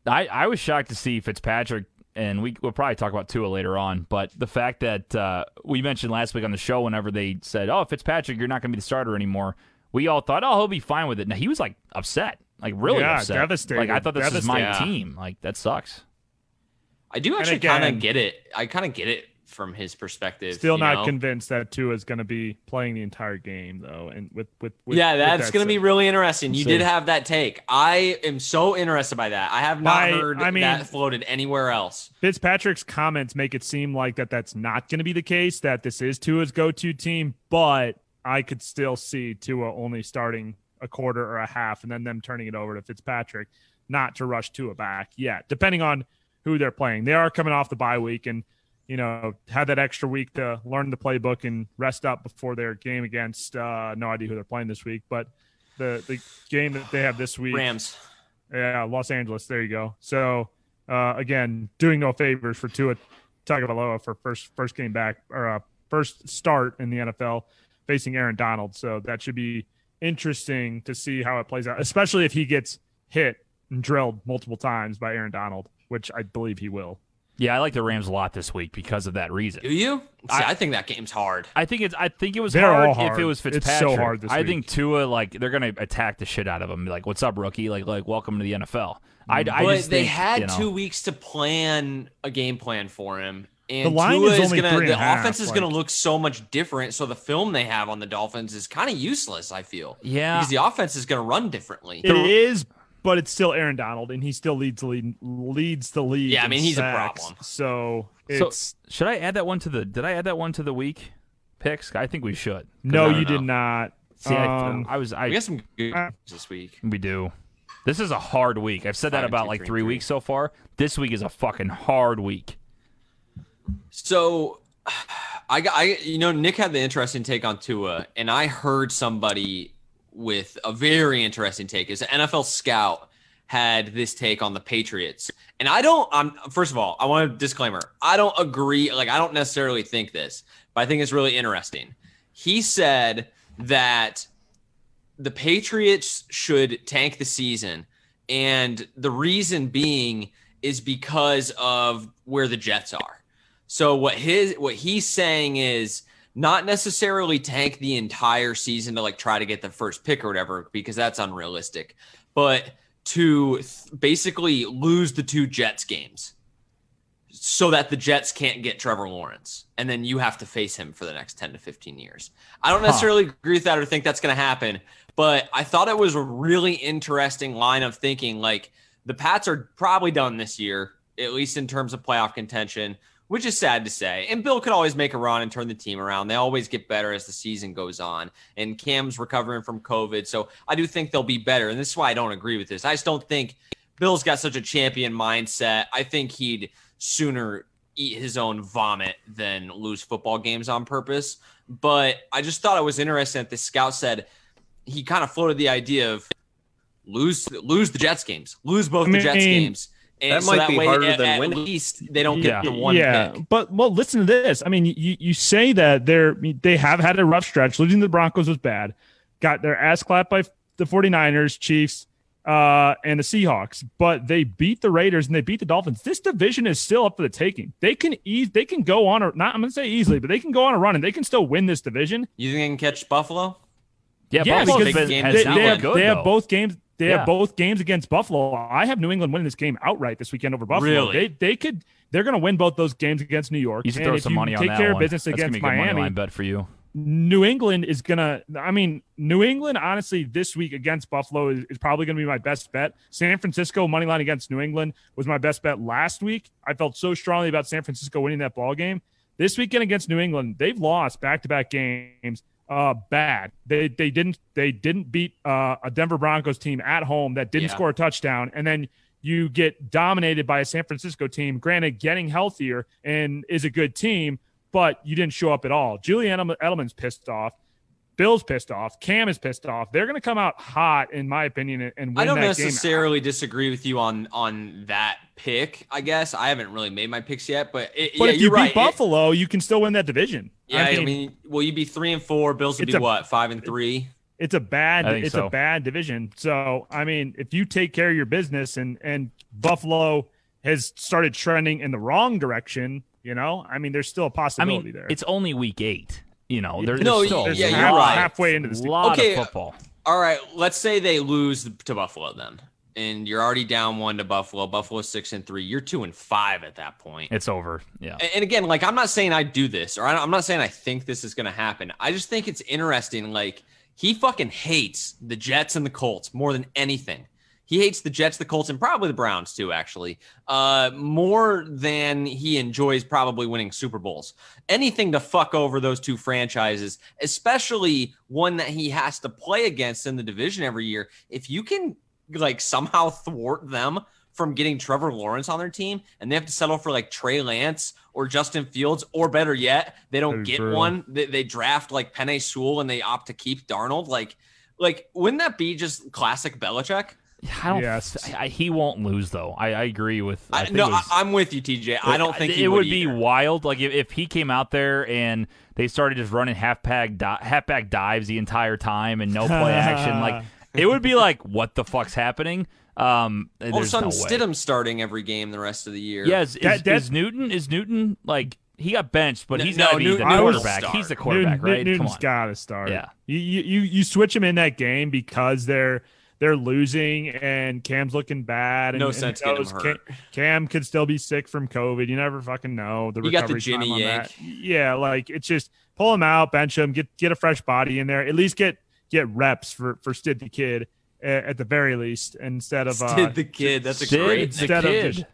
S3: I, I was shocked to see Fitzpatrick, and we, we'll probably talk about Tua later on, but the fact that uh, we mentioned last week on the show whenever they said, oh, Fitzpatrick, you're not going to be the starter anymore, we all thought, oh, he'll be fine with it. Now, he was like upset, like really
S4: Yeah,
S3: upset.
S4: devastated,
S3: Like, I thought this is my
S2: devastated.
S3: team. Like, that sucks.
S2: I do actually kind
S4: again-
S2: of get it. I kind of get it from his perspective.
S4: Still
S2: you
S4: not
S2: know?
S4: convinced that Tua is going to be playing the entire game though, and with with, with
S2: yeah,
S4: with
S2: that's
S4: that
S2: going to be
S4: said.
S2: really interesting. You
S3: So-
S2: did have that take. I am so interested by that. I have not
S4: By-
S2: heard
S4: I mean-
S2: that floated anywhere else.
S4: Fitzpatrick's comments make it seem like that that's not going to be the case. That this is Tua's go-to team, but I could still see Tua only starting a quarter or a half, and then them turning it over to Fitzpatrick, not to rush Tua back yet. Depending on who they're playing, they are coming off the bye week, and you know had that extra week to learn the playbook and rest up before their game against. Uh, no idea who they're playing this week, but the the game that they have this week,
S2: Rams.
S4: yeah, Los Angeles. There you go. So uh, again, doing no favors for Tua Tagovailoa for first first game back or uh, first start in the NFL facing Aaron Donald. So that should be interesting to see how it plays out, especially if he gets hit and drilled multiple times by Aaron Donald, which I believe he will.
S3: Yeah, I like the Rams a lot this week because of that reason.
S2: Do you? See,
S3: I-
S2: I, think that game's hard.
S3: I think it's. I think it was
S4: They're
S3: hard,
S4: all hard.
S3: if it was
S4: It's so
S3: Fitzpatrick.
S4: hard this
S3: I
S4: week.
S3: think Tua like they're gonna attack the shit out of him. Be Like, what's up, rookie? Like, like welcome to the NFL. I, I
S2: but
S3: just
S2: they
S3: think,
S2: had
S3: you know,
S2: two weeks to plan a game plan for him. And
S4: The line
S2: Tua
S4: is only
S2: gonna,
S4: three and
S2: the
S4: a half,
S2: offense is going
S4: like-
S2: to look so much different. So the film they have on the Dolphins is kind of useless, I feel.
S3: Yeah.
S2: Because the offense is going to run differently.
S4: It is, but it's still Aaron Donald, and he still leads the lead, leads the lead.
S2: Yeah, I mean,
S4: in
S2: he's a
S4: sacks.
S2: problem.
S4: So
S3: So
S4: it's
S3: should I add that one to the? Did I add that one to the week picks? I think we should. 'Cause
S4: no,
S2: I don't
S4: you did
S2: know.
S4: not.
S3: See,
S4: Um,
S3: I, I was. I
S2: we got some good
S4: I-
S2: games this week.
S3: we do. This is a hard week. I've said that
S2: Five,
S3: about
S2: two,
S3: like
S2: three,
S3: three
S2: three.
S3: weeks so far. This week is a fucking hard week.
S2: So, I, got- I, you know, Nick had the interesting take on Tua, and I heard somebody with a very interesting take. Is an NFL scout had this take on the Patriots, and I don't. I'm first of all, I want a disclaimer. I don't agree. Like, I don't necessarily think this, but I think it's really interesting. He said that the Patriots should tank the season, and the reason being is because of where the Jets are. So what his what he's saying is not necessarily tank the entire season to like try to get the first pick or whatever because that's unrealistic, but to th- basically lose the two Jets games so that the Jets can't get Trevor Lawrence and then you have to face him for the next 10 to 15 years. I don't necessarily agree with that or think that's going to happen, but I thought it was a really interesting line of thinking like the Pats are probably done this year, at least in terms of playoff contention, which is sad to say. And Bill could always make a run and turn the team around. They always get better as the season goes on. And Cam's recovering from COVID. So I do think they'll be better. And this is why I don't agree with this. I just don't think Bill's got such a champion mindset. I think he'd sooner eat his own vomit than lose football games on purpose. But I just thought it was interesting that the scout said he kind of floated the idea of lose lose the Jets games, lose both
S4: I
S2: the Jets
S4: mean,
S2: games. And
S5: that
S2: so
S5: might
S2: that
S5: be
S2: way,
S5: harder
S2: at,
S5: than
S2: at
S5: winning.
S2: least they don't
S3: Yeah.
S2: get the one pick.
S4: But well, listen to this. I mean, you you say that they're they have had a rough stretch. Losing to the Broncos was bad. Got their ass clapped by the 49ers, Chiefs, uh, and the Seahawks, but they beat the Raiders and they beat the Dolphins. This division is still up for the taking. They can ease they can go on or not I'm gonna say easily, but they can go on a run and they can still win this division.
S2: You think they can catch Buffalo?
S3: Yeah,
S4: Yeah,
S3: Buffalo's
S4: because
S3: been,
S2: they-
S3: has
S4: they,
S3: not
S4: they
S3: been
S4: have,
S3: good,
S4: they
S3: though.
S4: have both games. They
S3: Yeah.
S4: have both games against Buffalo. I have New England winning this game outright this weekend over Buffalo.
S2: Really?
S4: They they could they're going to win both those games against New York.
S3: You should
S4: and
S3: throw
S4: if
S3: some
S4: you
S3: money on
S4: take
S3: that
S4: care
S3: one.
S4: of business
S3: That's
S4: against
S3: gonna be a good money
S4: Miami.
S3: line bet for you.
S4: New England is gonna. I mean, New England honestly this week against Buffalo is, is probably gonna be my best bet. San Francisco money line against New England was my best bet last week. I felt so strongly about San Francisco winning that ball game. This weekend against New England, they've lost back to back games. Uh, bad. They they didn't they didn't beat uh, a Denver Broncos team at home that didn't
S2: Yeah.
S4: score a touchdown, and then you get dominated by a San Francisco team. Granted, getting healthier and is a good team, but you didn't show up at all. Julian Edelman- Edelman's pissed off. Bill's pissed off. Cam is pissed off. They're going to come out hot, in my opinion, and, and win
S2: I don't
S4: that game.
S2: necessarily disagree with you on on that pick. I guess I haven't really made my picks yet, but it,
S4: But
S2: yeah,
S4: if you
S2: you're
S4: beat
S2: right. It-
S4: Buffalo, you can still win that division.
S2: yeah, I mean, will you be three and four? Bills would
S4: It's
S2: be
S4: a-
S2: what five and three.
S4: it's a bad
S3: I think
S4: it's
S3: so.
S4: a bad division. So I mean, if you take care of your business and and Buffalo has started trending in the wrong direction, you know, I mean, there's still a
S3: I
S4: possibility
S3: mean,
S4: there.
S3: it's only week eight. You know, there- there's
S2: No,
S3: still
S2: yeah,
S3: a
S2: you're
S3: lot,
S2: right.
S4: halfway into the season.
S3: lot
S2: Okay, uh,
S3: of football.
S2: All right, let's say they lose to Buffalo then, and you're already down one to Buffalo. Buffalo's six and three. You're two and five at that point.
S3: It's over. Yeah.
S2: And- And again, like I'm not saying I do this, or I- I'm not saying I think this is going to happen. I just think it's interesting. Like he fucking hates the Jets and the Colts more than anything. He hates the Jets, the Colts, and probably the Browns too, actually, uh, more than he enjoys probably winning Super Bowls. Anything to fuck over those two franchises, especially one that he has to play against in the division every year. If you can like somehow thwart them from getting Trevor Lawrence on their team and they have to settle for like Trey Lance or Justin Fields, or better yet, they don't
S4: That'd be
S2: get
S4: brutal.
S2: one. They, they draft like Penny Sewell and they opt to keep Darnold. Like, like wouldn't that be just classic Belichick?
S3: I don't.
S4: Yes.
S3: I, I- he won't lose though. I, I agree with.
S2: I,
S3: think
S2: no,
S3: it was-
S2: I, I'm with you, TJ. I don't think
S3: it,
S2: he
S3: would
S2: would
S3: be
S2: either.
S3: wild. Like if, if he came out there and they started just running half pack di- half back dives the entire time and no play action, like it would be like what the fuck's happening? Um,
S2: All Oh, of a
S3: there's
S2: sudden,
S3: no way.
S2: Stidham's starting every game the rest of the year.
S3: Yeah, is, is,
S4: That- that-
S3: is Newton is Newton like he got benched, but
S2: No,
S3: he's
S2: no,
S3: got to be
S2: Newton-
S3: the
S4: I was-
S3: quarterback.
S2: start.
S3: He's the quarterback,
S4: Newton,
S3: right? Come
S4: Newton's
S3: on.
S4: got to start.
S3: Yeah.
S4: You, you you you switch him in that game because they're they're losing and Cam's looking bad. And,
S2: No
S4: and
S2: sense
S4: who
S2: getting him
S4: knows,
S2: hurt.
S4: Cam, Cam could still be sick from COVID. You never fucking know. The
S2: You got the
S4: recovery time
S2: Jimmy
S4: on
S2: yank.
S4: that. Yeah, like it's just pull him out, bench him, get get a fresh body in there. At least get get reps for for Stid the kid a- at the very least instead of uh,
S2: Stid the kid. That's a
S3: Sid
S2: great.
S3: the
S2: name.
S4: instead of
S3: kid.
S4: just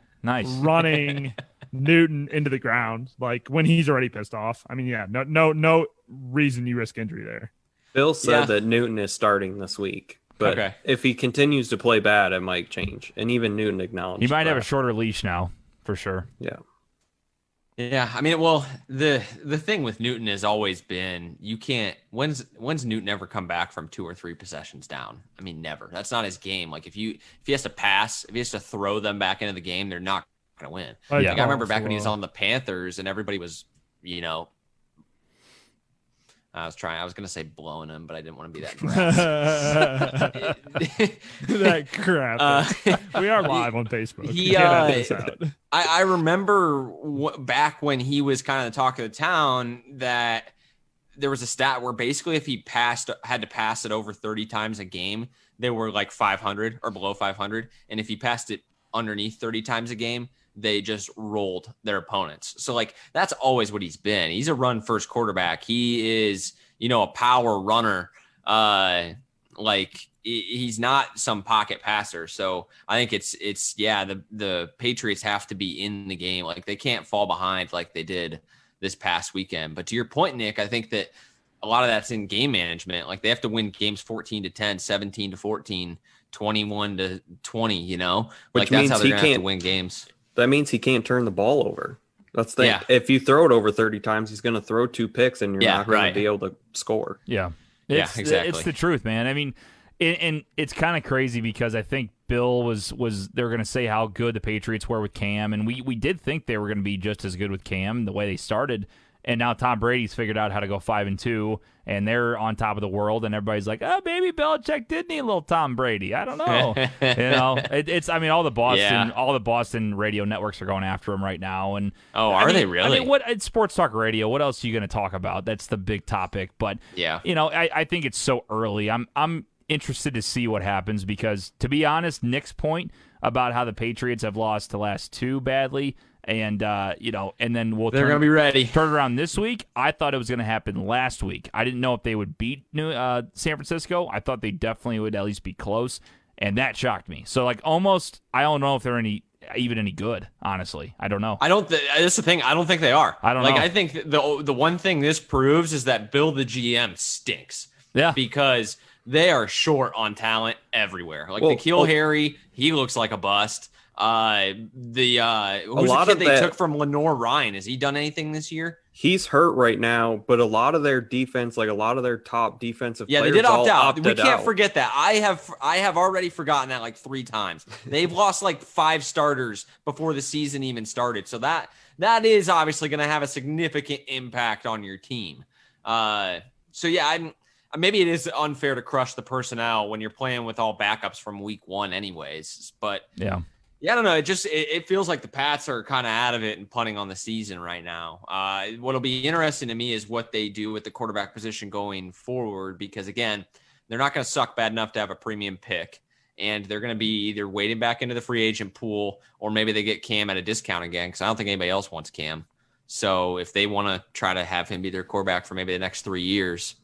S3: nice.
S4: running Newton into the ground like when he's already pissed off. I mean, yeah, no no no reason you risk injury there.
S5: Bill said
S2: Yeah.
S5: that Newton is starting this week, but
S2: Okay.
S5: if he continues to play bad, it might change. And even Newton acknowledged.
S3: He might have a
S5: that.
S3: shorter leash now, for sure.
S5: yeah.
S2: Yeah, I mean, well, the the thing with Newton has always been you can't. When's when's Newton ever come back from two or three possessions down? I mean, never. That's not his game. Like if you if he has to pass, if he has to throw them back into the game, they're not gonna win.
S4: Like,
S3: Yeah.
S2: Like I remember back when he was
S4: Buffalo.
S2: on the Panthers and everybody was, you know, I was trying. I was gonna say blowing him, but I didn't want to be that.
S4: that
S2: drastic.
S4: crap.
S2: Uh,
S4: we are live on Facebook.
S2: he,
S4: You can't edit
S2: uh,
S4: this out.
S2: I, I remember w- back when he was kind of the talk of the town that there was a stat where basically if he passed had to pass it over 30 times a game, they were like 500 or below 500, and if he passed it underneath 30 times a game, they just rolled their opponents. So like that's always what he's been. He's a run first quarterback. He is you know a power runner. Uh, like he- he's not some pocket passer. So I think it's it's yeah the the Patriots have to be in the game. Like they can't fall behind like they did this past weekend. But to your point, Nick, I think that a lot of that's in game management. Like they have to win games 14 to 10, 17 to 14, 21 to 20, you know?
S5: Which
S2: like that's
S5: means
S2: how
S5: he
S2: they're going to have to
S5: can't-
S2: win games.
S5: That means he can't turn the ball over. That's the
S2: Yeah.
S5: if you throw it over 30 times, he's going to throw two picks and you're
S2: Yeah,
S5: not going
S2: right.
S5: to be able to score.
S3: Yeah.
S2: Yeah,
S3: It's, It's
S2: exactly.
S3: the truth, man. I mean, and, and it's kind of crazy because I think Bill was was they're going to say how good the Patriots were with Cam, and we we did think they were going to be just as good with Cam the way they started, And now Tom Brady's figured out how to go five and two, and they're on top of the world. And everybody's like, "Oh, maybe Belichick did need a little Tom Brady." I don't know. you know, it, it's. I mean, all the Boston,
S6: Yeah.
S3: all the Boston radio networks are going after him right now, and
S6: Oh,
S3: I
S6: are
S3: mean-
S6: they really?
S3: I mean, what it's sports talk radio? What else are you going to talk about? That's the big topic. But
S6: Yeah.
S3: you know, I, I think it's so early. I'm I'm interested to see what happens because, to be honest, Nick's point about how the Patriots have lost the last two badly, and uh, you know, and then we'll
S2: They're
S3: turn,
S2: going to be ready.
S3: turn around this week. I thought it was going to happen last week. I didn't know if they would beat New uh, San Francisco. I thought they definitely would at least be close, and that shocked me. So like almost, I don't know if they're any even any good. Honestly, I don't know.
S2: I don't. Th- that's the thing. I don't think they are.
S3: I don't
S2: like.
S3: know.
S2: I think th- the the one thing this proves is that Bill the GM stinks
S3: yeah.
S2: because they are short on talent everywhere. Like
S5: Well,
S2: the Keel
S3: oh
S5: well-
S2: Harry, he looks like a bust. Uh, the uh, who's
S5: lot
S2: the
S5: of
S2: kid they
S5: that-
S2: took from Lenore Ryan? Has he done anything this year?
S5: He's hurt right now, but a lot of their defense, like a lot of their top defensive
S2: Yeah, they
S5: players,
S2: did
S5: all
S2: opt out. We
S5: opted
S2: can't
S5: out.
S2: forget that. I have I have already forgotten that like three times. They've lost like five starters before the season even started. So that that is obviously going to have a significant impact on your team. Uh, so yeah, I'm maybe it is unfair to crush the personnel when you're playing with all backups from week one, anyways. But
S3: Yeah.
S2: yeah, I don't know. It just it, it feels like the Pats are kind of out of it and punting on the season right now. Uh, what'll be interesting to me is what they do with the quarterback position going forward because again, they're not going to suck bad enough to have a premium pick, and they're going to be either waiting back into the free agent pool or maybe they get Cam at a discount again because I don't think anybody else wants Cam. So if they want to try to have him be their quarterback for maybe the next three years,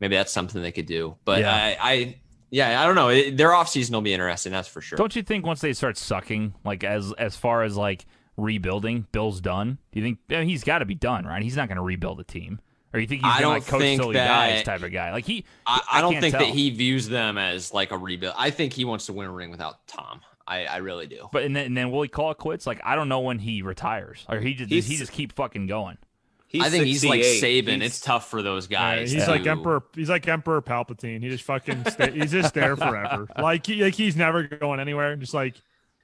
S2: maybe that's something they could do. But
S3: Yeah.
S2: I, I, yeah, I don't know. It, their offseason will be interesting. That's for sure.
S3: Don't you think once they start sucking, like as as far as like rebuilding, Bill's done? Do you think I mean, he's got to be done, right? He's not going to rebuild a team, or you think he's
S2: I
S3: gonna,
S2: don't
S3: like coach
S2: think
S3: till he
S2: that-
S3: dies type of guy? Like he,
S2: I, I don't
S3: can't
S2: think
S3: tell.
S2: that he views them as like a rebuild. I think he wants to win a ring without Tom. I, I really do.
S3: but and then, and then will he call it quits? Like I don't know when he retires, or he just does he
S5: He's-
S3: just keep fucking going.
S5: He's
S2: I think he's like
S5: 68.
S2: Saban.
S5: He's-
S2: it's tough for those
S4: Yeah,
S2: guys.
S4: he's
S2: to-
S4: like Emperor. He's like Emperor Palpatine. He just fucking. Stay, he's just there forever. Like, he, like he's never going anywhere. Just like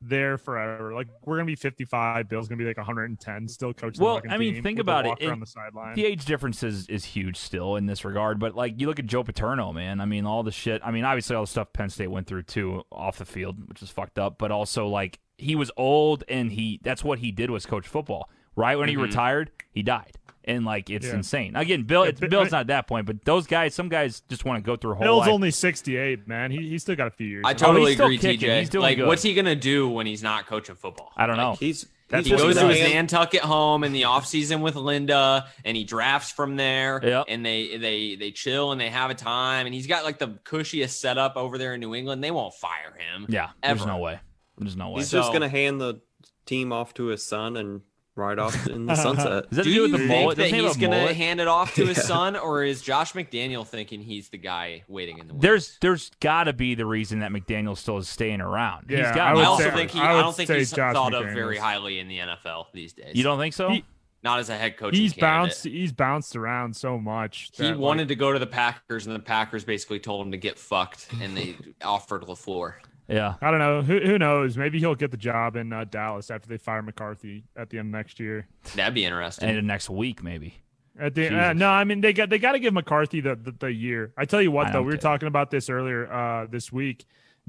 S4: there forever. Like we're gonna be 55. Bill's gonna be like 110. Still coaching.
S3: Well,
S4: the fucking
S3: I mean,
S4: team
S3: think
S4: with a
S3: about it.
S4: walker
S3: It-
S4: on the sideline.
S3: The age difference is, is huge still in this regard, but like you look at Joe Paterno, man. I mean, all the shit. I mean, obviously all the stuff Penn State went through too off the field, which is fucked up. But also like he was old and he that's what he did was coach football. Right when he
S2: Mhm.
S3: retired, he died, and like it's
S4: Yeah.
S3: insane. Again, Bill,
S4: Yeah,
S3: it's,
S4: but-
S3: Bill's not at that point, but those guys, some guys just want to go through a whole
S4: Bill's
S3: life.
S4: only 68, man. He he's still got a few years.
S2: I
S4: left.
S2: totally
S3: Oh, still
S2: agree,
S3: kicking.
S2: TJ.
S3: He's doing
S2: like,
S3: good.
S2: what's he gonna do when he's not coaching football?
S3: I don't know.
S5: He's
S4: That's
S2: He
S4: what
S2: goes
S4: he
S2: to his
S4: does.
S2: Nantucket home in the off season with Linda, and he drafts from there.
S3: Yep.
S2: And they they they chill and they have a time, and he's got like the cushiest setup over there in New England. They won't fire him.
S3: yeah, there's
S2: ever.
S3: no way. There's no way.
S5: He's
S3: Is
S2: So-
S5: just gonna hand the team off to his son and ride off in the sunset.
S2: do
S3: that to do
S2: you
S3: with the
S2: think
S3: mullet?
S2: that
S3: Doesn't he have
S2: he's
S3: a
S2: gonna
S3: mullet?
S2: hand it off to his
S5: Yeah.
S2: son, or is Josh McDaniel thinking he's the guy waiting in the wings?
S3: There's there's got to be the reason that McDaniel still is staying around.
S4: Yeah,
S3: he's got.
S4: I
S2: I,
S4: would
S2: also
S4: say-
S2: think he,
S4: I
S2: I,
S4: would
S2: don't think
S4: say
S2: he's
S4: Josh
S2: thought of
S4: McDaniels.
S2: very highly in the NFL these days.
S3: you don't think so?
S4: He-
S2: not as a head coach.
S4: he's bounced. He's bounced around so much.
S2: He
S4: that, like,
S2: wanted to go to the Packers, and the Packers basically told him to get fucked, and they offered Lafleur.
S3: yeah.
S4: I don't know. Who, who knows? Maybe he'll get the job in uh, Dallas after they fire McCarthy at the end of next year.
S2: That'd be interesting.
S3: And next week maybe.
S4: At the uh,
S3: Jesus.
S4: no, I mean they got they got to give McCarthy the, the the year. I tell you
S3: I
S4: what though,
S3: don't
S4: we were
S3: care.
S4: talking about this earlier uh, this week.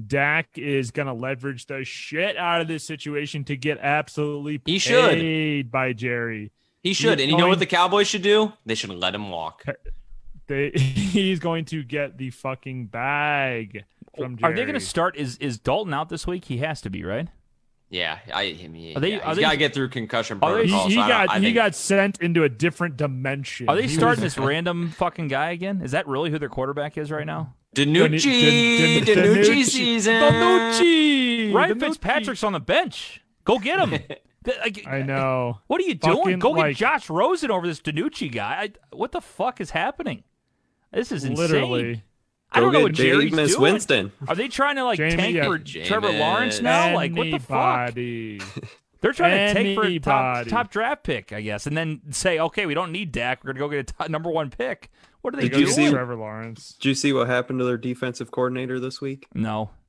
S4: Dak is gonna leverage the shit out of this situation to get absolutely
S2: He should.
S4: paid by Jerry.
S2: he should.
S4: he's
S2: And you know what
S4: going-
S2: the Cowboys should do? They should let him walk.
S4: They he's going to get the fucking bag from Jerry.
S3: Oh, Are they going to start? Is is Dalton out this week? He has to be, right?
S2: Yeah, I. I mean,
S3: Are they-
S2: yeah,
S3: are
S2: he's
S3: they-
S2: got to get through concussion
S3: Are they-
S4: He,
S2: protocol.
S4: he
S2: so I don't-
S4: got
S2: I
S4: he
S2: think-
S4: got sent into a different dimension.
S3: Are they
S4: He was-
S3: starting this random fucking guy again? Is that really who their quarterback is right now?
S4: Dan- Dan-
S2: Danucci,
S4: Dan-
S2: Danucci
S4: Danucci.
S2: season.
S4: Danucci!
S3: Ryan
S4: Danucci!
S3: Fitzpatrick's on the bench. Go get him. Th- like,
S4: I know.
S3: What are you doing?
S4: Fucking,
S3: Go get
S4: like-
S3: Josh Rosen over this Danucci guy. I, what the fuck is happening? This is insane.
S4: Literally.
S3: I don't know what Jerry's
S5: Jameis
S3: doing.
S5: Winston.
S3: Are they trying to like
S4: Jamie-
S3: tank
S4: yeah.
S3: for Trevor
S2: Jameis.
S3: Lawrence now? Like what the fuck?
S4: Anybody.
S3: They're trying to take for a top,
S4: Anybody.
S3: top draft pick, I guess, and then say, okay, we don't need Dak. We're gonna go get a top, number one pick. What are they
S4: They
S5: Did
S4: go
S5: you
S3: doing?
S4: get
S5: see-
S4: Trevor Lawrence?
S5: Did you see what happened to their defensive coordinator this week?
S3: No,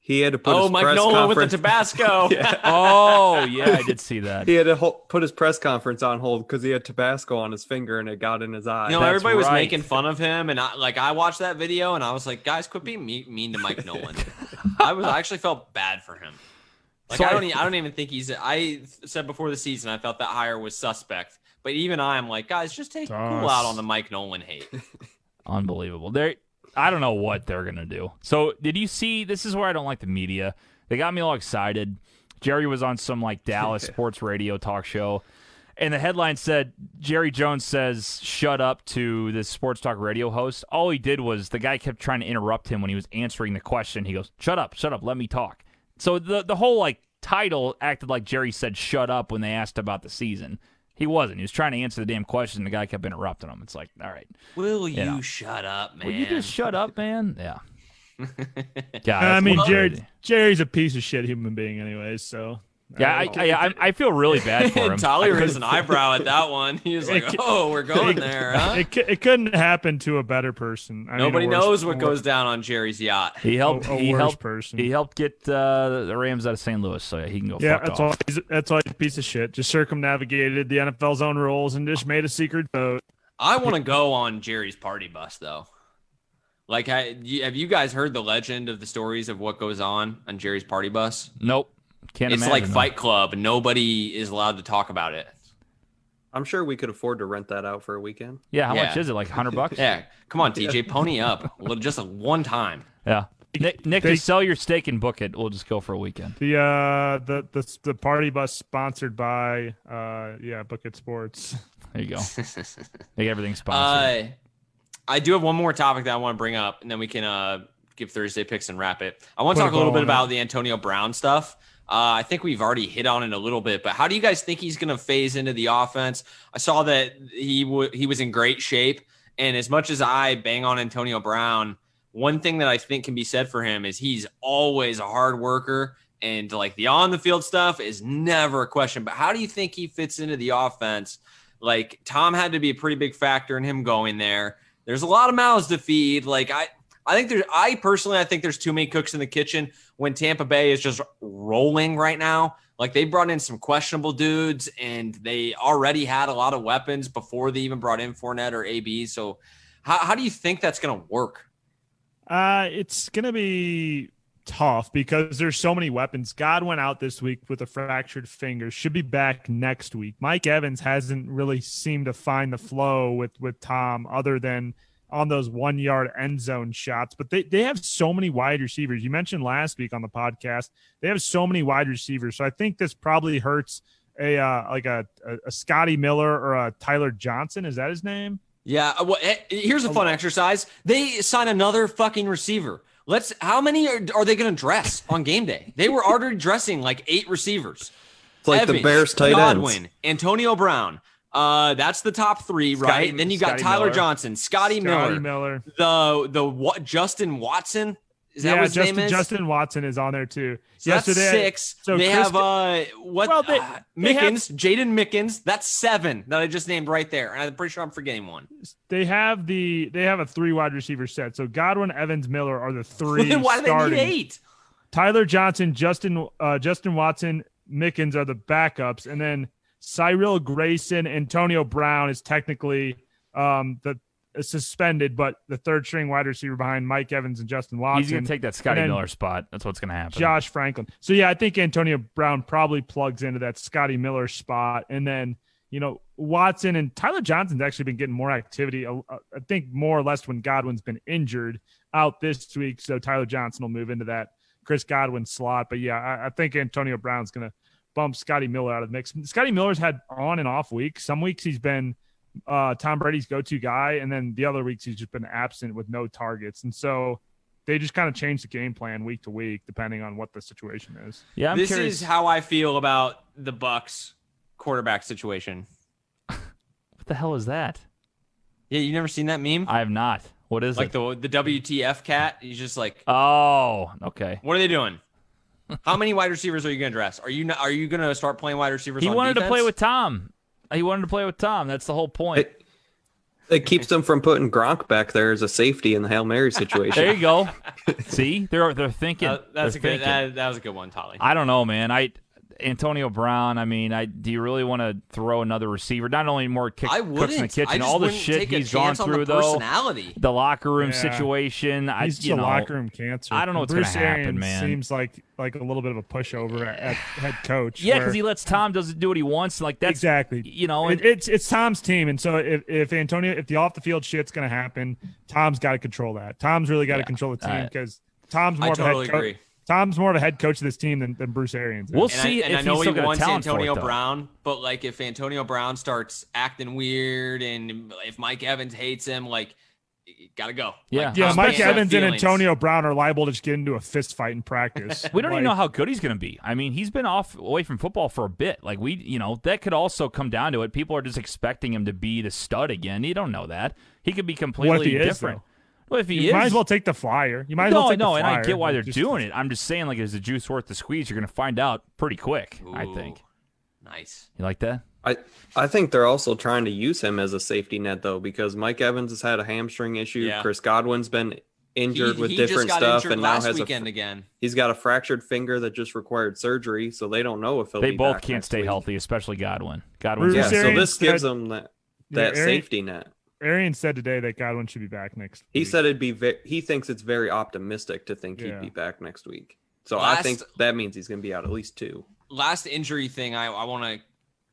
S5: He had to put
S2: Oh,
S5: his
S2: Mike
S5: press
S2: Nolan with
S5: conference.
S2: the Tabasco.
S5: Yeah.
S3: Oh yeah, I did see that.
S5: He had to ho- put his press conference on hold because he had Tabasco on his finger and it got in his eye.
S2: You know,
S3: That's
S2: everybody was
S3: right.
S2: making fun of him, and I, like I watched that video, and I was like, guys, quit being mean, mean to Mike Nolan. I was I actually felt bad for him. Like
S3: So
S2: I
S3: I-
S2: don't, e- I don't even think he's. I said before the season, I felt that hire was suspect. But even I am like, guys, just take a cool
S4: Sus.
S2: out on the Mike Nolan hate.
S3: Unbelievable. They I don't know what they're gonna do. So did you see this is where I don't like the media. They got me all excited. Jerry was on some like Dallas sports radio talk show. And the headline said Jerry Jones says shut up to this sports talk radio host. All he did was the guy kept trying to interrupt him when he was answering the question. He goes, "Shut up, shut up, let me talk." So the the whole like title acted like Jerry said shut up when they asked about the season. He wasn't. He was trying to answer the damn question. The guy kept interrupting him. It's like, all right.
S2: Will you
S3: Yeah.
S2: shut up, man?
S3: Will you just shut up, man? Yeah. God,
S4: I
S3: that's
S4: mean,
S3: crazy.
S4: Jerry, Jerry's a piece of shit human being, anyways. So
S3: Yeah, I, I, I, I feel really bad for him.
S2: Tyler raised an eyebrow at that one. He was like, "Oh, we're going there, huh?"
S4: it, cou- it couldn't happen to a better person. I mean, a
S2: Nobody
S4: worse-
S2: knows
S4: a
S2: what
S4: wor-
S2: goes down on Jerry's yacht.
S3: He helped.
S4: a
S3: he
S4: worse
S3: helped.
S4: person.
S3: He helped get uh, the Rams out of St. Louis, so yeah, he can go.
S4: Yeah,
S3: fuck
S4: that's all.
S3: off.
S4: He's, that's all. He's a piece of shit. Just circumnavigated the NFL's own rules and just made a secret vote.
S2: I want to go on Jerry's party bus though. Like, ha- y- have you guys heard the legend of the stories of what goes on on Jerry's party bus?
S3: Nope. Can't
S2: It's
S3: imagine
S2: like
S3: that.
S2: Fight Club. Nobody is allowed to talk about it.
S5: I'm sure we could afford to rent that out for a weekend.
S3: Yeah, how
S2: Yeah.
S3: much is it? Like hundred bucks.
S2: Yeah, come on, TJ, pony up. Well, just a one time.
S3: Yeah. Nick, Nick,
S4: They-
S3: just sell your steak and book it. We'll just go for a weekend.
S4: The uh the the the party bus sponsored by uh yeah Bucket Sports.
S3: There you go. Make everything sponsored.
S2: Uh, I do have one more topic that I want to bring up, and then we can uh, give Thursday picks and wrap it. I want
S4: Put
S2: to
S4: a
S2: talk a little
S4: bow
S2: bit
S4: on
S2: about the Antonio Brown stuff. Uh, I think we've already hit on it a little bit, but how do you guys think he's going to phase into the offense? I saw that he w- he was in great shape, and as much as I bang on Antonio Brown, one thing that I think can be said for him is he's always a hard worker, and like the on the field stuff is never a question. But how do you think he fits into the offense? Like Tom had to be a pretty big factor in him going there. There's a lot of mouths to feed. Like I, I think there's. I personally, I think there's too many cooks in the kitchen when Tampa Bay is just rolling right now. Like they brought in some questionable dudes, and they already had a lot of weapons before they even brought in Fournette or AB. So, how, how do you think that's going to work?
S4: Uh, it's gonna be tough because there's so many weapons. God went out this week with a fractured finger. Should be back next week. Mike Evans hasn't really seemed to find the flow with with Tom, other than on those one yard end zone shots. But they they have so many wide receivers. You mentioned last week on the podcast they have so many wide receivers. So I think this probably hurts a uh, like a, a a Scotty Miller or a Tyler Johnson. Is that his name?
S2: Yeah. uh, Well, eh, here's a fun exercise. They sign another fucking receiver. Let's. How many are, are they going to dress on game day? They were already dressing like eight receivers.
S5: It's like the
S2: Evans,
S5: Bears tight
S2: Godwin,
S5: ends.
S2: Antonio Brown. Uh, that's the top three,
S4: Scotty-
S2: right? Then you got
S4: Scotty
S2: Tyler
S4: Miller.
S2: Johnson, Scotty Miller,
S4: Miller.
S2: the the what Justin Watson. Is that
S4: yeah,
S2: what his
S4: Justin,
S2: name is?
S4: Justin Watson is on there too.
S2: So that's six.
S4: so
S2: they
S4: Chris-
S2: have uh what
S4: Well, they-
S2: uh,
S4: they have-
S2: Mickens, Jaden Mickens. That's seven that I just named right there, and I'm pretty sure I'm forgetting one.
S4: They have the they have a three wide receiver set. So Godwin, Evans, Miller are the three.
S2: Then why do they need
S4: starting.
S2: eight?
S4: Tyler Johnson, Justin uh, Justin Watson, Mickens are the backups, and then Cyril Grayson, Antonio Brown is technically um the is suspended, but the third string wide receiver behind Mike Evans and Justin
S2: Uh,
S4: Watson.
S3: He's gonna take that Scotty
S4: then-
S3: Miller spot. That's what's gonna happen.
S4: Josh Franklin. So yeah, I think Antonio Brown probably plugs into that Scotty Miller spot, and then you know Watson and Tyler Johnson's actually been getting more activity. uh, uh, I think more or less when Godwin's been injured out this week, so Tyler Johnson will move into that Chris Godwin slot. But yeah, I, I think Antonio Brown's gonna bump Scotty Miller out of the mix. Scotty Miller's had on and off weeks. Some weeks he's been uh, Tom Brady's go-to guy, and then the other weeks he's just been absent with no targets, and so they just kind of change the game plan week to week depending on what the situation is.
S3: Yeah, I'm
S2: this
S3: curious.
S2: is how I feel about the Bucks quarterback situation.
S3: what the hell is that?
S2: Yeah, you never seen that meme?
S3: I have not. What is
S2: like
S3: it?
S2: the the WTF cat. He's just like,
S3: oh, okay.
S2: what are they doing? How many wide receivers are you gonna dress? Are you not, are you gonna start playing wide receivers?
S3: He
S2: on
S3: wanted to play
S2: defense?
S3: with Tom. He wanted to play with Tom. That's the whole point.
S5: It- It keeps them from putting Gronk back there as a safety in the Hail Mary situation.
S3: There you go. See, they're they're thinking.
S2: Uh, that's a
S3: They're
S2: good.
S3: thinking.
S2: That, that was a good one, Tolly.
S3: I don't know, man. I Antonio Brown. I mean, I do you really want to throw another receiver? Not only more kick,
S2: I
S3: cooks in the
S2: wouldn't.
S3: kitchen,
S2: I just
S3: all the
S2: wouldn't
S3: shit
S2: take a
S3: he's gone
S2: chance on
S3: through
S2: the
S3: though,
S2: Personality.
S3: the locker room
S4: Yeah.
S3: situation. I
S4: He's just
S3: you
S4: a
S3: know,
S4: locker room cancer.
S3: I don't know what's gonna
S4: Bruce
S3: happen,
S4: Arians
S3: man.
S4: Seems like like a little bit of a pushover at, at head coach.
S3: Yeah,
S4: where-
S3: because he lets Tom doesn't do what he wants. Like that's
S4: exactly.
S3: You know, and
S4: It- it's it's Tom's team, and so if, if Antonio, if the off the field shit's gonna happen, Tom's got to control that. Tom's really got to control the team
S3: I-
S4: because Tom's
S2: I
S4: more of
S2: totally
S4: a head coach.
S2: agree.
S4: Tom's more of a head coach of this team than, than Bruce Arians. is.
S3: we'll
S2: And
S3: see
S2: I, and
S3: if
S2: I know
S3: he's still
S2: he
S3: got
S2: wants
S3: talent
S2: Antonio
S3: for it, though.
S2: Brown, but like if Antonio Brown starts acting weird and if Mike Evans hates him, like you gotta go.
S3: Yeah.
S2: Like,
S4: yeah,
S2: Tom
S4: Mike
S2: Brady had
S4: Evans and
S2: feelings.
S4: Antonio Brown are liable to just get into a fist fight in practice.
S3: We don't even
S4: Like,
S3: know how good he's going to be. I mean, he's been off away from football for a bit. Like we, you know, that could also come down to it. People are just expecting him to be the stud again. You don't know that he could be completely
S4: he is,
S3: different.
S4: though?
S3: well, if he
S4: You
S3: is,
S4: might as well take the flyer. You might as
S3: no,
S4: well take
S3: no,
S4: the
S3: and
S4: flyer.
S3: I get why they're
S4: Just-
S3: doing it. I'm just saying, like, is the juice worth the squeeze? You're going to find out pretty quick. I
S2: Ooh,
S3: think
S2: Nice.
S3: you like that.
S5: I I think they're also trying to use him as a safety net though, because Mike Evans has had a hamstring issue.
S2: Yeah.
S5: Chris Godwin's been injured
S2: he,
S5: with
S2: he
S5: different
S2: just got
S5: stuff,
S2: injured
S5: and now
S2: last
S5: has
S2: weekend
S5: a
S2: again.
S5: he's got a fractured finger that just required surgery. So they don't know if he'll
S3: They
S5: be
S3: both
S5: back
S3: can't
S5: next
S3: stay
S5: week.
S3: healthy, especially Godwin. Godwin's
S5: Yeah,
S4: Bruce
S5: so
S4: Arians
S5: this gives
S4: said-
S5: him that
S4: Yeah,
S5: that
S4: Ari-
S5: safety net.
S4: Arians said today that Godwin should be back next.
S5: He
S4: week.
S5: said it'd be ve- he thinks it's very optimistic to think
S4: Yeah.
S5: he'd be back next week. So I
S2: Last-
S5: think that means he's going to be out at least two.
S2: Last injury thing I, I wanna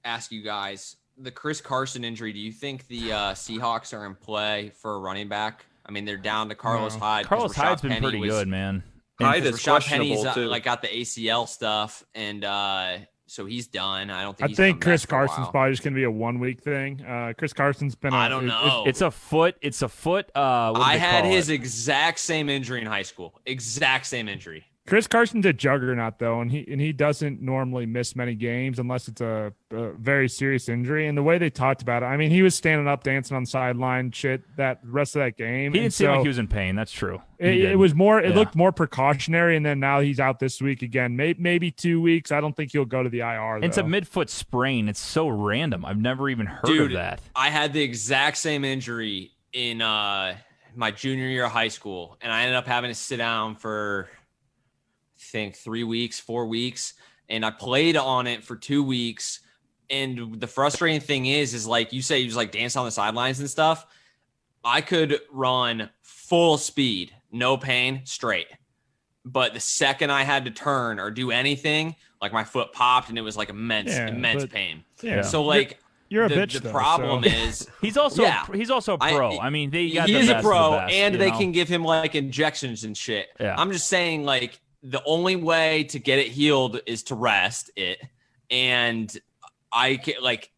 S2: ask you guys. The Chris Carson injury, do you think the uh, Seahawks are in play for a running back? I mean, they're down to Carlos
S4: No.
S2: Hyde. 'cause
S3: Carlos
S2: Rashad
S3: Hyde's been
S2: Penny
S3: pretty
S2: was-
S3: good, man. And
S5: Hyde
S2: because
S5: is
S2: Rashad Penny's
S5: questionable
S2: uh,
S5: too.
S2: like got the ACL stuff, and uh, so he's done. I don't think.
S4: I
S2: he's
S4: think
S2: coming back
S4: Chris
S2: for a
S4: Carson's
S2: while.
S4: probably just gonna be a one week thing. Uh, Chris Carson's been. I
S2: I don't know.
S3: It's a foot. It's a foot. Uh, what do
S2: I
S3: they
S2: had
S3: call it?
S2: his exact same injury in high school. Exact same injury.
S4: Chris Carson's a juggernaut though, and he and he doesn't normally miss many games unless it's a, a very serious injury. And the way they talked about it, I mean, he was standing up, dancing on the sideline, shit. That rest of that game,
S3: He didn't
S4: And
S3: seem like
S4: so
S3: he was in pain. That's true. He
S4: It, it
S3: didn't.
S4: was more. It
S3: Yeah.
S4: looked more precautionary, and then now he's out this week again. Maybe maybe two weeks. I don't think he'll go to the IR.
S3: It's a
S4: though.
S3: midfoot sprain. It's so random. I've never even heard of
S2: Dude.
S3: that.
S2: I had the exact same injury in uh, my junior year of high school, and I ended up having to sit down for, I think, three weeks, four weeks, and I played on it for two weeks. And the frustrating thing is, is like you say, you just like dance on the sidelines and stuff. I could run full speed, no pain, straight. But the second I had to turn or do anything, like my foot popped and it was like immense,
S4: Yeah,
S2: immense
S4: but-
S2: pain.
S4: Yeah.
S2: So like
S4: you're,
S2: the,
S4: a bitch.
S2: the
S4: though,
S2: problem
S4: so-
S2: is
S3: He's also a
S2: Yeah.
S3: pr- he's also a
S2: I-
S3: pro. I, mean, they got
S2: he
S3: the
S2: is a
S3: best of the
S2: pro,
S3: best,
S2: and
S3: you
S2: they
S3: know?
S2: can give him like injections and shit.
S3: Yeah.
S2: I'm just saying, like the only way to get it healed is to rest it, and I can like,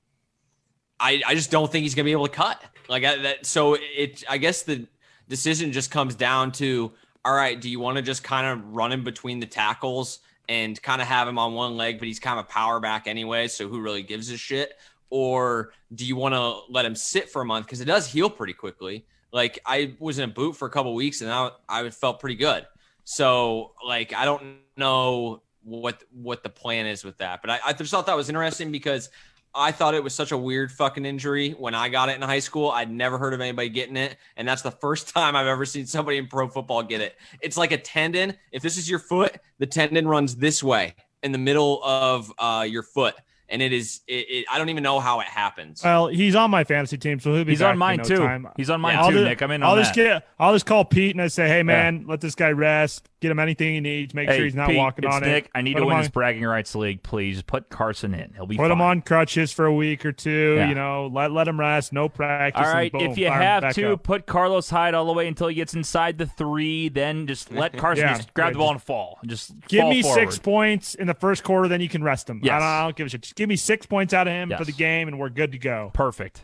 S2: I I just don't think he's gonna be able to cut like I, that. So it I guess the decision just comes down to all right, do you want to just kind of run him between the tackles and kind of have him on one leg, but he's kind of a power back anyway, so who really gives a shit? Or do you want to let him sit for a month because it does heal pretty quickly? Like I was in a boot for a couple weeks and I I felt pretty good. So like I don't know what what the plan is with that, but I, I just thought that was interesting because I thought it was such a weird fucking injury when I got it in high school. I'd never heard of anybody getting it, and that's the first time I've ever seen somebody in pro football get it. It's like a tendon. If this is your foot, the tendon runs this way in the middle of uh, your foot, and it is. It, it, I don't even know how it happens.
S4: Well, he's on my fantasy team, so he'll be.
S3: He's
S4: back
S3: on
S4: in
S3: mine
S4: no
S3: too.
S4: time.
S3: He's on mine
S4: Yeah, I'll
S3: too,
S4: do-
S3: Nick. I'm in
S4: I'll
S3: on
S4: just
S3: that.
S4: get, I'll just call Pete and I say, hey man, let this guy rest, get him anything he needs, make
S3: hey,
S4: sure he's not
S3: Pete,
S4: walking
S3: it's
S4: on
S3: Nick.
S4: it.
S3: I need
S4: Put
S3: to
S4: him
S3: win
S4: on-
S3: this bragging rights league, please. Put Carson in. He'll be
S4: Put him
S3: fine.
S4: on crutches for a week or two.
S3: Yeah.
S4: You know, let let him rest. No practice.
S3: All right,
S4: and boom,
S3: if you
S4: fire him
S3: have
S4: back
S3: to,
S4: up.
S3: put Carlos Hyde all the way until he gets inside the three. Then just let Carson
S4: Yeah.
S3: just grab
S4: Yeah,
S3: the ball and fall. Just
S4: give
S3: fall
S4: me
S3: forward.
S4: six points in the first quarter, then you can rest him. I,
S3: Yes.
S4: don't, I don't give a shit. Just give me six points out of him
S3: Yes.
S4: for the game, and we're good to go.
S3: Perfect.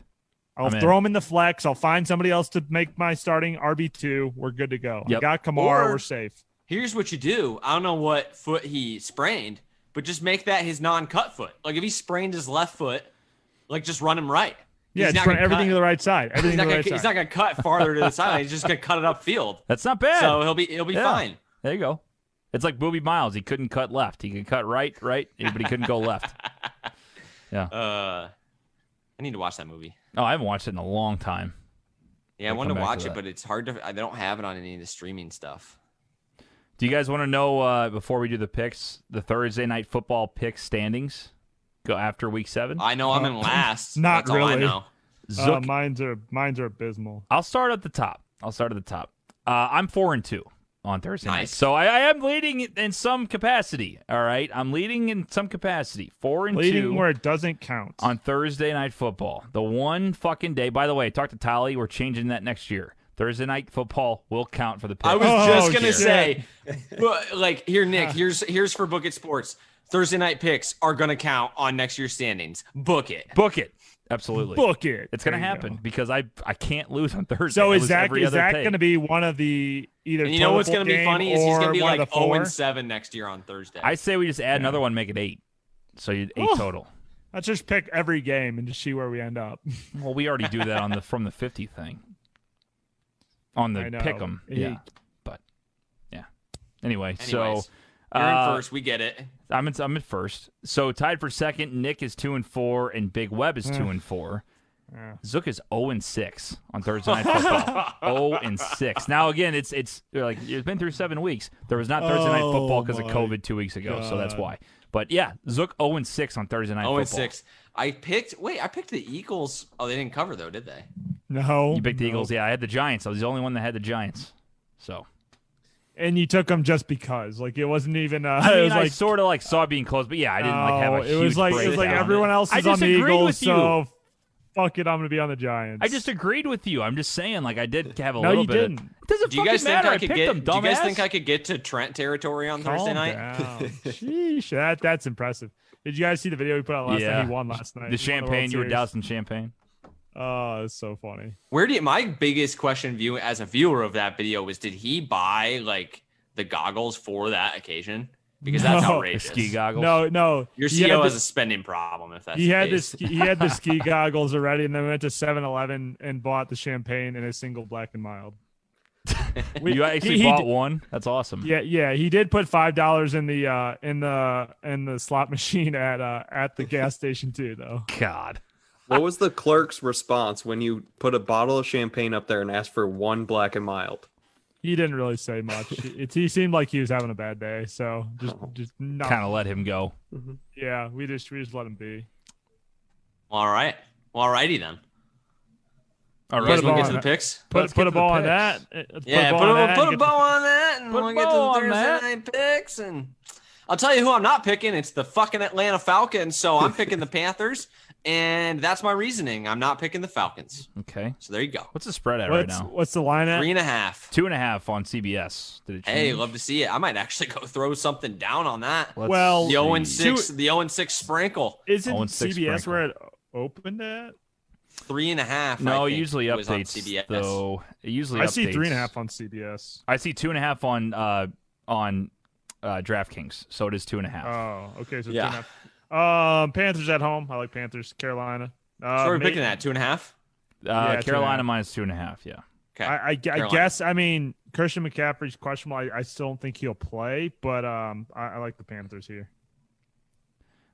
S4: I'll
S3: I'm in.
S4: throw him in the flex. I'll find somebody else to make my starting RB two. We're good to go. I
S3: Yep.
S4: got Kamara.
S2: Or-
S4: we're safe.
S2: here's what you do. I don't know what foot he sprained, but just make that his non-cut foot. Like if he sprained his left foot, like just run him right.
S4: Yeah,
S2: he's
S4: just
S2: not
S4: run
S2: gonna
S4: everything
S2: cut-
S4: to the right side.
S2: He's
S4: Everything
S2: not,
S4: to the
S2: gonna,
S4: right
S2: he's
S4: side.
S2: not gonna cut farther to the sideline. He's just gonna cut it upfield.
S3: That's not bad.
S2: So he'll be he'll be
S3: Yeah.
S2: fine.
S3: there you go. It's like Booby Miles. He couldn't cut left. He could cut right, right, eh, but he couldn't go left.
S2: Uh, I need to watch that movie.
S3: Oh, I haven't watched it in a long time.
S2: Yeah, I
S3: I'll
S2: want to
S3: come back to
S2: watch it,
S3: that.
S2: but it's hard to. I don't have it on any of the streaming stuff.
S3: Do you guys want to know uh, before we do the picks the Thursday night football pick standings? Go after week seven.
S2: I know I'm in
S4: Uh,
S2: last.
S4: not
S2: That's all I
S4: really.
S2: know.
S4: Uh,
S3: Zook,
S4: mine's are mine's are abysmal.
S3: I'll start at the top. I'll start at the top. Uh, I'm four and two on Thursday night,
S2: Nice.
S3: so I, I am leading in some capacity. All right, I'm leading in some capacity. Four and
S4: Leading
S3: two.
S4: where it doesn't count.
S3: on Thursday night football. The one fucking day. By the way, talk to Tolly. We're changing that next year. Thursday night football will count for the pick.
S2: I was
S4: Oh,
S2: just gonna
S4: shit.
S2: say, but like here, Nick. Here's here's for Book It Sports. Thursday night picks are gonna count on next year's standings. Book it.
S3: book it. Absolutely,
S4: book it.
S3: it's gonna
S4: There you
S3: happen
S4: go.
S3: because I I can't lose on Thursday.
S4: So
S3: I
S4: is
S3: lose
S4: that
S3: every
S4: is
S3: other
S4: that
S3: day.
S4: gonna be one of the either?
S2: And you know what's gonna be funny is he's gonna be like
S4: oh
S2: 0 and 7 next year on Thursday.
S3: I say we just add another one, make it eight. So you eight
S4: Oh.
S3: total.
S4: Let's just pick every game and just see where we end up.
S3: Well, we already do that on the from the fifty thing. On the
S4: I know.
S3: pick 'em,
S4: He-
S3: yeah. But yeah. Anyway,
S2: Anyways,
S3: so
S2: You're
S3: uh,
S2: in first. We get it.
S3: I'm in, I'm at first. So tied for second. Nick is two and four, and Big Web is two and four.
S4: Hmm. Yeah.
S3: Zook is zero and six on Thursday night football. Zero and six. Now again, it's it's they're like it's been through seven weeks. There was not Thursday night football because of
S4: Oh my
S3: COVID two weeks ago, so that's why. But yeah, Zook zero and six on Thursday night.
S2: 0 and
S3: football.
S2: 6. I picked. Wait, I picked the Eagles. Oh, they didn't cover though, did they?
S4: No,
S3: You picked the
S4: no.
S3: Eagles. Yeah, I had the Giants. I was the only one that had the Giants. So
S4: and you took them just because. Like it wasn't even. Uh,
S3: I mean,
S4: it was
S3: I
S4: like
S3: sort of like saw it being close, but yeah, I didn't like have a
S4: no,
S3: huge
S4: It was like it was like
S3: breakdown.
S4: everyone else
S3: I
S4: is on the
S3: disagreed
S4: Eagles,
S3: with you.
S4: so fuck it, I'm gonna be on the Giants.
S3: I just agreed with you. I'm just saying, like I did have a
S4: No,
S3: little
S4: you
S3: bit. of-
S4: didn't.
S3: it doesn't
S2: Do you
S3: fucking
S2: guys think
S3: matter.
S2: I could
S3: picked
S2: get?
S3: them,
S2: do you guys
S3: dumbass.
S2: think I could get to Trent territory on Thursday
S4: Calm
S2: night?
S4: down. Sheesh, that that's impressive. Did you guys see the video we put out last night?
S3: Yeah.
S4: He won last night.
S3: the
S4: He won World
S3: champagne? You were
S4: Series.
S3: doused in champagne.
S4: Oh, it's so funny.
S2: Where do you, my biggest question view as a viewer of that video was did he buy like the goggles for that occasion? Because that's
S4: No.
S3: The
S2: outrageous.
S3: ski goggles.
S4: No, no.
S2: Your
S4: he had
S2: CEO has
S4: the-
S2: a spending problem if that's
S4: He
S2: the
S4: had
S2: case.
S4: this. He had the ski goggles already, and then went to 7-Eleven and bought the champagne in a single black and mild. We-
S3: you actually
S4: he- he
S3: bought
S4: d-
S3: one. That's awesome.
S4: Yeah, yeah, he did put five dollars in the uh in the in the slot machine at uh at the gas station too, though.
S3: God.
S5: What was the clerk's response when you put a bottle of champagne up there and asked for one black and mild?
S4: He didn't really say much. It, he seemed like he was having a bad day, so just just not.
S3: Kind of let him go.
S4: Yeah, we just we just let him be.
S2: All right. Well, all righty then.
S3: All
S2: You
S3: right.
S2: guys
S4: Put a
S2: want
S4: ball
S2: to get to the
S4: on
S2: picks?
S4: Put
S3: Let's
S4: put
S3: get
S4: a
S3: to the
S4: ball on
S3: picks.
S4: that. uh, Put
S2: Yeah, put a,
S4: that and
S2: put a
S4: get to-
S2: bow on that and
S3: Put a
S2: we'll get to
S3: bow on
S2: the Thursday
S3: that.
S2: night picks and I'll tell you who I'm not picking. It's the fucking Atlanta Falcons. So I'm picking the Panthers, and that's my reasoning. I'm not picking the Falcons.
S3: Okay.
S2: So there you go.
S3: What's the spread at right
S4: What's
S3: now?
S4: what's the line at?
S2: Three and a half.
S3: Two and a half on CBS. Did it change?
S2: Hey, love to see it. I might actually go throw something down on that.
S3: Let's
S4: Well,
S2: The
S3: see.
S2: 0 and 6, the 0 and 6 sprinkle,
S4: Isn't
S3: Oh, and six
S4: CBS where it
S3: sprinkle.
S4: opened at?
S2: three and a half.
S3: No,
S2: I
S3: it
S2: think,
S3: usually
S2: was on
S3: updates
S2: CBS.
S3: though. It usually
S4: I see
S3: updates.
S4: three and a half on CBS.
S3: I see two and a half on uh on uh DraftKings. So it is two and a half. Uh,
S4: Oh, okay, so
S2: Yeah.
S4: two and a half. Um, Panthers at home. I like Panthers. Carolina. Uh,
S2: So we're
S4: may-
S2: picking that two and a half.
S3: Uh,
S4: Yeah, two and a
S3: Carolina
S4: half.
S3: minus two and a half. Yeah.
S2: Okay.
S4: I, I, I
S2: Carolina.
S4: guess. I mean, Christian McCaffrey's questionable. I, I still don't think he'll play, but um, I, I like the Panthers here.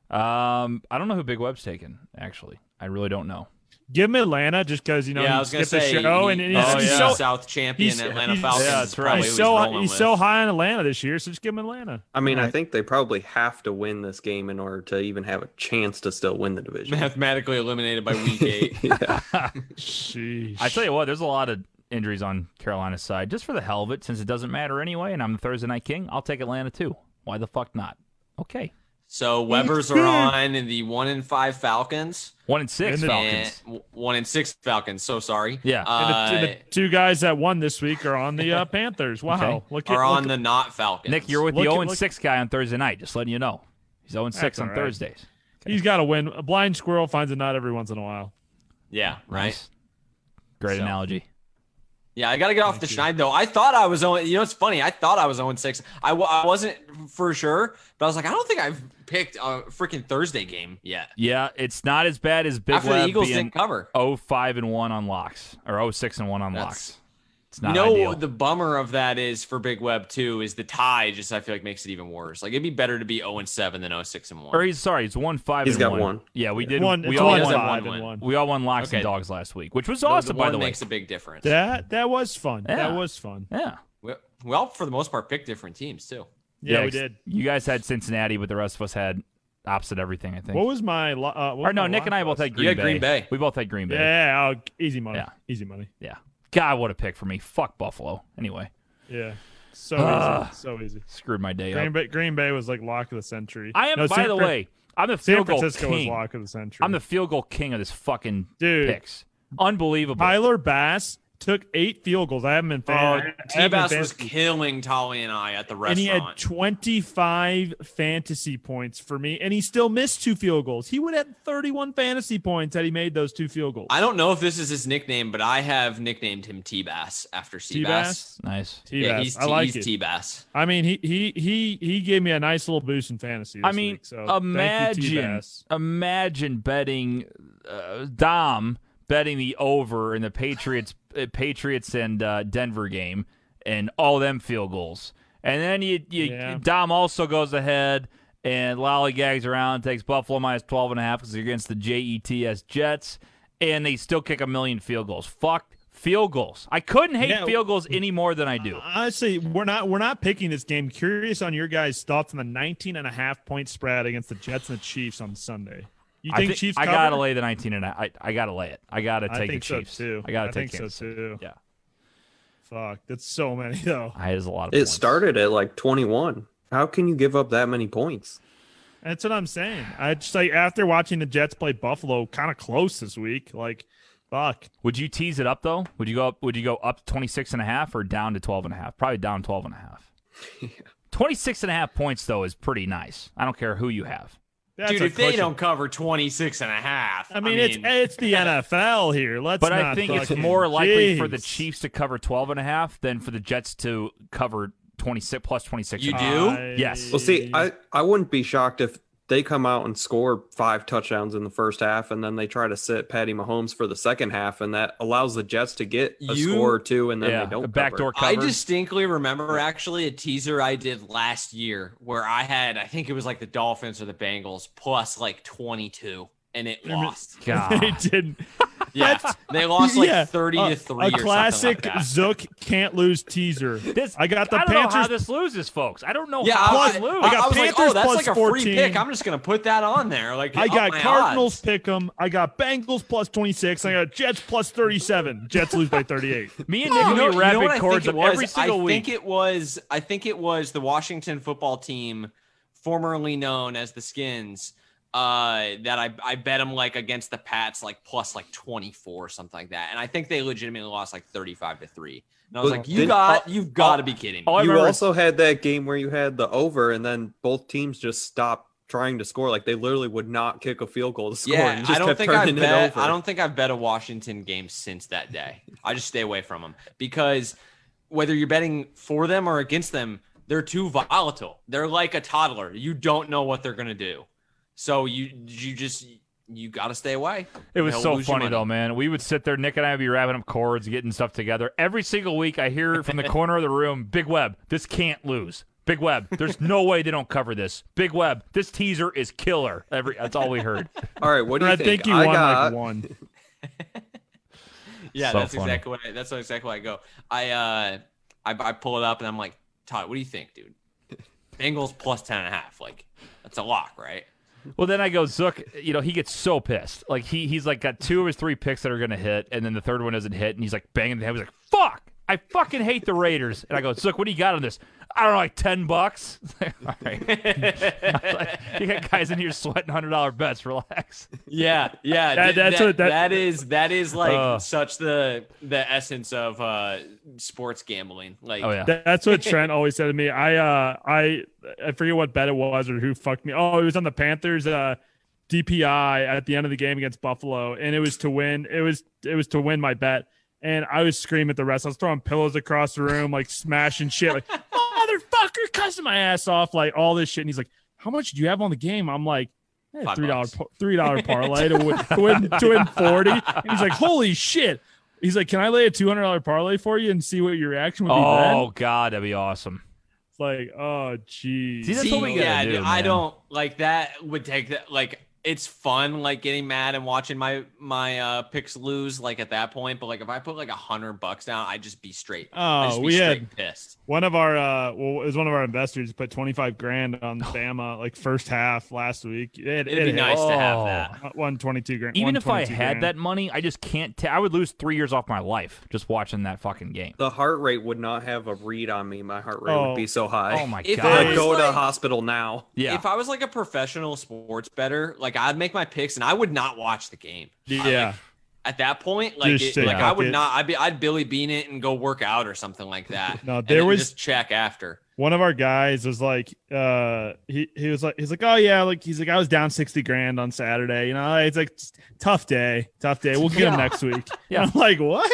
S3: Um, I don't know who Big Web's taking. Actually, I really don't know.
S4: Give him Atlanta just because you know
S2: yeah, I
S4: he
S2: was gonna
S4: skipped
S2: say
S4: the show,
S2: he-
S4: and he's,
S2: he's,
S3: oh,
S4: he's
S3: yeah.
S4: so
S2: South champion
S4: he's-
S2: Atlanta
S4: he's-
S2: Falcons.
S3: yeah,
S2: is
S3: that's
S2: probably
S3: right.
S2: who
S4: he's so
S2: he's
S4: high,
S2: rolling
S4: he's
S2: with.
S4: so high on Atlanta this year, so just give him Atlanta.
S5: I mean, I
S3: Right.
S5: think they probably have to win this game in order to even have a chance to still win the division.
S2: mathematically eliminated by week eight.
S5: yeah.
S4: Sheesh.
S3: I tell you what, there's a lot of injuries on Carolina's side. Just for the hell of it, since it doesn't matter anyway, and I'm the Thursday night king, I'll take Atlanta too. Why the fuck not? Okay,
S2: So Weber's are on in the one in five Falcons.
S3: one and six
S4: And the-
S3: Falcons.
S2: And w- one in six Falcons. So sorry.
S3: Yeah.
S2: Uh,
S4: And the, and the two guys that won this week are on the uh, Panthers. Wow,
S3: Okay.
S4: look at
S2: are on
S4: look-
S2: the not Falcons.
S3: Nick, you're with the
S4: Look at-
S3: 0 and
S4: look-
S3: six guy on Thursday night. Just letting you know, he's 0 and six
S4: That's
S3: on
S4: all right.
S3: Thursdays.
S4: he's got to win. A blind squirrel finds a nut every once in a while.
S2: yeah, right.
S3: Nice. Great
S2: So-
S3: analogy.
S2: Yeah, I got to get off the schneid though. I thought I was on. You know, it's funny. I thought I was on six. I, w- I wasn't for sure, but I was like, I don't think I've picked a freaking Thursday game yet.
S3: Yeah, it's not as bad as Big
S2: After
S3: Web
S2: the Eagles
S3: being
S2: didn't cover.
S3: 0 five and one on locks or 0 six and one on
S2: That's-
S3: locks. It's
S2: you
S3: not
S2: know
S3: ideal.
S2: the bummer of that is for Big Web too is the tie. Just I feel like makes it even worse. Like it'd be better to be zero and seven than 06 and one.
S3: or he's sorry, he's one five.
S5: He's
S3: and
S5: got
S3: one.
S5: one.
S3: Yeah, we did.
S4: One,
S3: we
S4: it's
S3: all
S4: one
S2: won.
S4: five
S2: One
S4: and one.
S2: won.
S3: we all won locks
S2: Okay.
S3: and dogs last week, which was
S2: The- the
S3: awesome. by
S2: one
S3: the way,
S2: makes a big difference.
S4: That that was fun.
S3: Yeah.
S4: That was fun.
S3: yeah.
S2: We, we all for the most part picked different teams too.
S4: Yeah, we
S3: ex-
S4: did.
S3: You guys had Cincinnati, but the rest of us had opposite everything. I think.
S4: What was my? lo- Uh, what
S3: or
S4: was
S3: no,
S4: my
S3: Nick and I
S4: lock
S3: both
S4: last?
S3: had Green,
S2: had
S3: Bay.
S2: Green Bay.
S3: We both had Green Bay.
S4: Yeah, oh, easy money.
S3: Yeah.
S4: Easy money.
S3: Yeah. God, what a pick for me. Fuck Buffalo. Anyway,
S4: Yeah, so
S3: Ugh.
S4: easy. So easy.
S3: screwed my day
S4: Green
S3: up.
S4: Bay, Green Bay was like lock of the century.
S3: I am,
S4: No,
S3: by
S4: San
S3: the
S4: Fran-
S3: way, I'm the
S4: San
S3: field goal
S4: Francisco was
S3: king.
S4: lock of the century.
S3: I'm the field goal king of this fucking
S4: Dude.
S3: picks. Unbelievable.
S4: Tyler Bass took eight field goals. I haven't been.
S3: Uh,
S4: Fan-
S2: Oh,
S4: I
S2: T
S4: haven't been
S2: Bass was
S4: fantasy-
S2: killing Tolly and I at the
S4: and he had
S2: restaurant.
S4: 25 fantasy points for me, and he still missed two field goals. He would have had 31 fantasy points had he made those two field goals.
S2: I don't know if this is his nickname, but I have nicknamed him T Bass after C Bass.
S3: nice.
S4: T
S2: Yeah,
S4: Bass,
S2: he's
S4: I like
S2: he's
S4: it.
S2: T Bass.
S4: I mean, he he he he gave me a nice little boost in fantasy.
S3: I
S4: this
S3: mean,
S4: week, so thank you,
S3: imagine,
S4: T-Bass.
S3: imagine betting uh, Dom betting the over in the Patriots, uh, Patriots and uh, Denver game, and all them field goals, and then you, you
S4: Yeah.
S3: Dom also goes ahead and lollygags around, takes Buffalo minus 12 and a half because they're against the JETS Jets, and they still kick a million field goals. Fuck field goals. I couldn't hate
S4: Yeah.
S3: field goals any more than I do.
S4: Honestly, we're not we're not picking this game. Curious on your guys' thoughts on the 19 and a half point spread against the Jets and the Chiefs on Sunday. You
S3: I
S4: think,
S3: think
S4: Chiefs?
S3: I
S4: cover?
S3: gotta lay the 19 and a- I, I gotta lay it. I gotta take
S4: I think
S3: the
S4: so
S3: Chiefs.
S4: too.
S3: I gotta
S4: I think
S3: take
S4: so
S3: Kansas City.
S4: too.
S3: Yeah,
S4: Fuck, that's so many though.
S3: I has a lot of.
S5: It
S3: points.
S5: started at like 21. How can you give up that many points?
S4: That's what I'm saying. I just like after watching the Jets play Buffalo, kind of close this week. Like, fuck,
S3: Would you tease it up though? Would you go up? Would you go up 26 and a half or down to 12 and a half? Probably down 12 and a half. 26 and a half points though is pretty nice. I don't care who you have.
S4: that's
S2: Dude,
S4: a
S2: if they
S4: cushion.
S2: don't cover 26 and a half,
S4: I mean, it's it's the NFL here. Let's.
S3: But I
S4: not
S3: think it's
S4: fucking-
S3: more likely for the
S4: Jeez.
S3: Chiefs to cover 12 and a half than for the Jets to cover 26 plus 26.
S2: You
S3: and a
S2: do?
S3: half.
S4: I-
S3: Yes.
S5: Well, see, I, I wouldn't be shocked if they come out and score five touchdowns in the first half, and then they try to sit Patty Mahomes for the second half, and that allows the Jets to get a
S2: You-
S5: score or two, and then
S3: yeah,
S5: they don't
S3: a
S5: cover.
S3: backdoor cover.
S2: I distinctly remember actually a teaser I did last year where I had I think it was like the Dolphins or the Bengals plus like 22 and it lost.
S4: they
S3: God.
S4: didn't.
S2: Yeah, they lost like
S4: yeah,
S2: 30
S4: a,
S2: to three.
S4: A
S2: or
S4: classic
S2: something like that.
S4: Zook can't lose teaser.
S3: This,
S4: I got the
S3: I don't
S4: Panthers.
S3: know how this loses, folks. I don't know
S2: Yeah,
S3: how
S2: I,
S3: it
S2: I,
S3: loses.
S4: I got
S2: I was like, oh,
S4: Panthers
S2: that's
S4: plus
S2: like a free
S4: 14.
S2: pick. I'm just gonna put that on there. Like
S4: I
S2: up
S4: got
S2: my
S4: Cardinals
S2: odds.
S4: pick 'em. I got Bengals plus 26. I got Jets plus 37. Jets lose by 38.
S3: Me and Nick will be
S2: you know what
S3: rapid
S2: I
S3: chords
S2: think
S3: up
S2: it was?
S3: every single
S2: I
S3: week.
S2: think it was. I think it was the Washington football team, formerly known as the Skins. Uh, that I I bet them like against the Pats like plus like twenty four or something like that, and I think they legitimately lost like thirty five to three. And I was
S5: But
S2: like, you
S5: didn't-
S2: got you've got to be kidding. me.
S3: All I
S5: you
S3: remember is-
S5: also had that game where you had the over, and then both teams just stopped trying to score. Like they literally would not kick a field goal to score.
S2: Yeah,
S5: and just
S2: I don't
S5: kept
S2: think I
S5: turning it
S2: bet.
S5: over.
S2: I don't think I've bet a Washington game since that day. I just stay away from them because whether you're betting for them or against them, they're too volatile. They're like a toddler. You don't know what they're gonna do, so you you just you got to stay away.
S3: It was
S2: They'll
S3: so
S2: lose your
S3: funny
S2: money.
S3: though, man. We would sit there, Nick and I would be wrapping up cords, getting stuff together. Every single week, I hear from the corner of the room, "Big Web, this can't lose." Big Web, there's no way they don't cover this. Big Web, this teaser is killer. Every that's all we heard.
S5: All right, what do you
S4: I
S5: think?
S4: think you
S5: I
S4: won
S5: got
S4: like one.
S2: Yeah,
S3: So
S2: that's
S3: funny.
S2: exactly what I, that's exactly what I go. I uh I, I pull it up and I'm like, Todd, what do you think, dude? Bengals plus ten and a half. Like that's a lock, right?
S3: Well, then I go Zook. You know, he gets so pissed. Like he he's like got two of his three picks that are gonna hit, and then the third one doesn't hit, and he's like banging the head. He's like, "Fuck, I fucking hate the Raiders." And I go, Zook, what do you got on this? I don't know, like ten bucks. all right, I was like, you got guys in here sweating hundred dollar bets. Relax.
S2: Yeah, yeah.
S4: That-
S2: th-
S4: that's
S2: that-
S4: what- that-
S2: that is that is like
S3: Uh.
S2: such the the essence of uh sports gambling. Like
S3: Oh yeah.
S4: That- That's what Trent always said to me. I uh I I forget what bet it was or who fucked me. Oh, it was on the Panthers uh DPI at the end of the game against Buffalo, and it was to win. It was it was to win my bet, and I was screaming at the rest. I was throwing pillows across the room, like smashing shit, like motherfucker, cussing my ass off, like all this shit. And he's like, "How much do you have on the game?" I'm like. eh,
S2: Five
S4: three dollar
S2: bucks.
S4: par- three dollar parlay to win, to win to win forty. And he's like, "Holy shit!" He's like, "Can I lay a two hundred dollar parlay for you and see what your reaction would be?" then?"
S3: Oh God, that'd be awesome.
S4: It's like, oh geez.
S3: See, that's what we gotta
S2: yeah,
S3: do,
S2: dude, I
S3: man.
S2: don't like that. Would take that like it's fun, like getting mad and watching my my uh picks lose, like at that point. But like if I put like a hundred bucks down, I'd just be straight. I'd
S4: Oh,
S2: just be
S4: we
S2: straight
S4: had
S2: pissed.
S4: one of our uh well it was one of our investors put 25 grand on Bama like first half last week. It,
S2: It'd be
S4: it
S2: nice to have
S3: Oh.
S2: that.
S4: hit One twenty-two grand.
S3: Even if I
S4: 122
S3: had
S4: grand.
S3: that money, I just can't. ta- I would lose three years off my life just watching that fucking game.
S5: The heart rate would not have a read on me. My heart rate
S4: Oh.
S5: would be so high.
S3: Oh my
S2: If
S5: I'd
S2: I
S3: god.
S2: was
S5: go to
S2: like-
S5: hospital now.
S3: yeah.
S2: If I was like a professional sports better, like I'd make my picks and I would not watch the game. I, like,
S4: yeah,
S2: at that point, like,
S4: Just
S2: it,
S4: say
S2: like I
S4: fuck
S2: would
S4: it.
S2: not. I'd be, I'd Billy Bean it and go work out or something like that.
S4: No,
S2: and
S4: there
S2: then
S4: was-
S2: just check after.
S4: one of our guys was like, uh, he he was like, he's like, oh yeah, like he's like, I was down sixty grand on Saturday. You know, it's like "It's tough day, tough day. We'll get
S3: Yeah.
S4: him next week.
S3: Yeah.
S4: I'm like, what?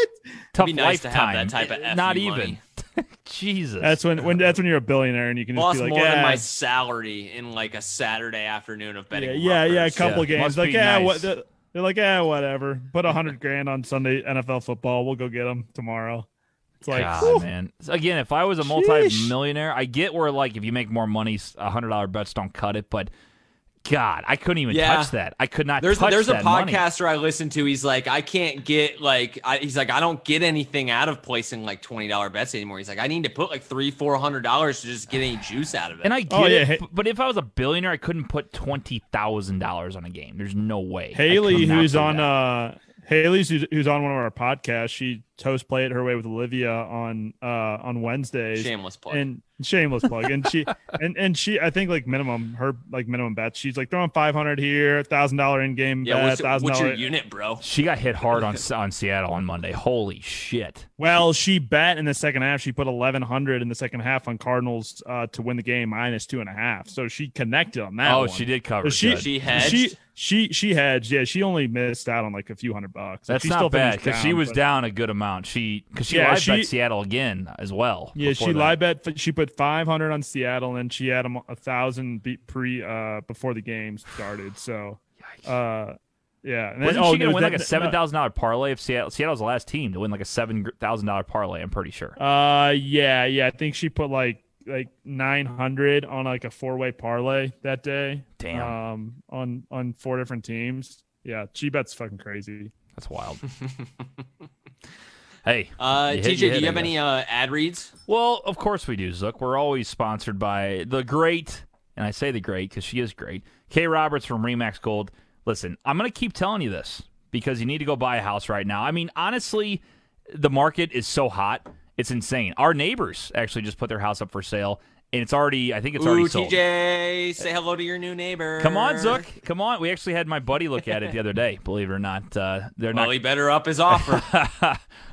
S3: Tough
S2: be nice to have
S3: lifetime.
S2: that type of
S3: Eh, Not
S2: FU
S3: even.
S2: money.
S3: Jesus.
S4: That's when when that's when you're a billionaire and you can just
S2: Lost
S4: be like,
S2: more
S4: yeah,
S2: than my salary in like a Saturday afternoon of
S4: yeah,
S2: betting.
S4: yeah, yeah, a
S2: Rutgers.
S4: couple
S3: Yeah. Must
S4: games. Like,
S3: be
S4: yeah,
S3: nice.
S4: what? The, they're like, yeah, whatever. Put a hundred grand on Sunday NFL football. We'll go get him tomorrow. It's like,
S3: God,
S4: whew.
S3: man. So Again, if I was a
S4: Sheesh.
S3: multi-millionaire, I get where like if you make more money, a hundred dollar bets don't cut it. But God, I couldn't even
S2: Yeah.
S3: touch that. I could not.
S2: There's
S3: touch
S2: there's a
S3: that money.
S2: podcaster I listen to. He's like, I can't get like I, he's like I don't get anything out of placing like twenty dollar bets anymore. He's like, I need to put like three four hundred dollars to just get any juice out of it.
S3: and I get
S4: Oh, yeah,
S3: it.
S4: hey-
S3: b- but if I was a billionaire, I couldn't put twenty thousand dollars on a game. There's no way. I
S4: Haley,
S3: could not
S4: who's
S3: do
S4: on
S3: that.
S4: uh Haley's who's, who's on one of our podcasts, she hosts Play It Her Way with Olivia on uh on Wednesdays.
S2: Shameless plug.
S4: And shameless plug. And she and and she I think like minimum her like minimum bet. She's like throwing five hundred here, thousand dollar in game
S2: yeah,
S4: bet,
S2: what's, your-
S4: thousand
S2: what's your
S4: dollar.
S2: unit, bro?
S3: she got hit hard on on Seattle on Monday. Holy shit!
S4: Well, she bet in the second half. She put eleven hundred in the second half on Cardinals uh to win the game minus two and a half. So she connected on that.
S3: oh,
S4: one.
S3: she did cover.
S4: She-
S3: good.
S2: She hedged.
S4: She she she hedged. Yeah, she only missed out on like a few hundred bucks.
S3: That's
S4: she
S3: not
S4: still
S3: bad
S4: finished
S3: because she
S4: down,
S3: was
S4: but-
S3: down a good amount. She because she
S4: Yeah,
S3: live
S4: she-
S3: bet Seattle again as well.
S4: Yeah,
S3: before
S4: she
S3: that.
S4: live bet. She put five hundred on Seattle, and she had them a thousand be- pre uh before the game started. So, uh, yeah. And then-
S3: Wasn't
S4: oh,
S3: she
S4: no,
S3: gonna win
S4: then-
S3: like a seven thousand dollar parlay if Seattle Seattle's the last team to win like a seven thousand dollar parlay? I'm pretty sure.
S4: Uh, yeah, yeah. I think she put like like nine hundred on like a four way parlay that day.
S3: Damn.
S4: Um, on on four different teams. Yeah, she bets fucking crazy.
S3: That's wild. hey,
S2: Uh,
S3: you hit-
S2: TJ, do
S3: you hit,
S2: you
S3: I
S2: have any
S3: guess.
S2: uh, ad reads?
S3: Well, of course we do, Zook. We're always sponsored by the great, and I say the great because she is great. Kay Roberts from Remax Gold. Listen, I'm gonna keep telling you this because you need to go buy a house right now. I mean, honestly, the market is so hot, it's insane. Our neighbors actually just put their house up for sale, and it's already. I think it's already
S2: Ooh,
S3: sold.
S2: TJ, say hello to your new neighbor.
S3: Come on, Zook. Come on. We actually had my buddy look at it the other day. Believe it or not, uh, they're
S2: Well,
S3: not
S2: he better up his offer.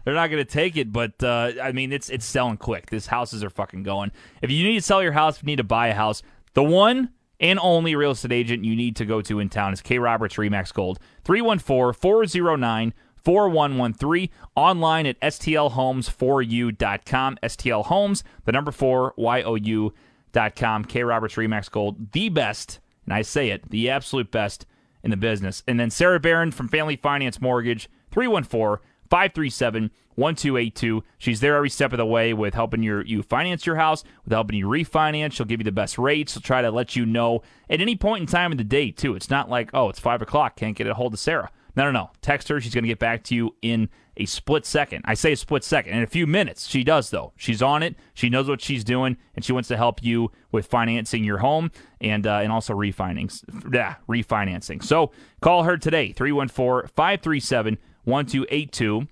S3: they're not going to take it. But uh, I mean, it's it's selling quick. These houses are fucking going. If you need to sell your house, if you need to buy a house, the one and only real estate agent you need to go to in town is K Roberts Remax Gold 314-409 4113 online at stlhomes4u.com STL Homes the number 4 you.com K Roberts Remax Gold the best and I say it the absolute best in the business. And then Sarah Barron from Family Finance Mortgage, 314 537 1282. She's there every step of the way with helping your, you finance your house, with helping you refinance. She'll give you the best rates. She'll try to let you know at any point in time of the day, too. It's not like, oh, it's five o'clock, can't get a hold of Sarah. No, no, no. Text her. She's going to get back to you in a split second. I say a split second. In a few minutes, she does, though. She's on it. She knows what she's doing, and she wants to help you with financing your home and uh, and also refinancing. Yeah, refinancing. So call her today, 314 537 1282,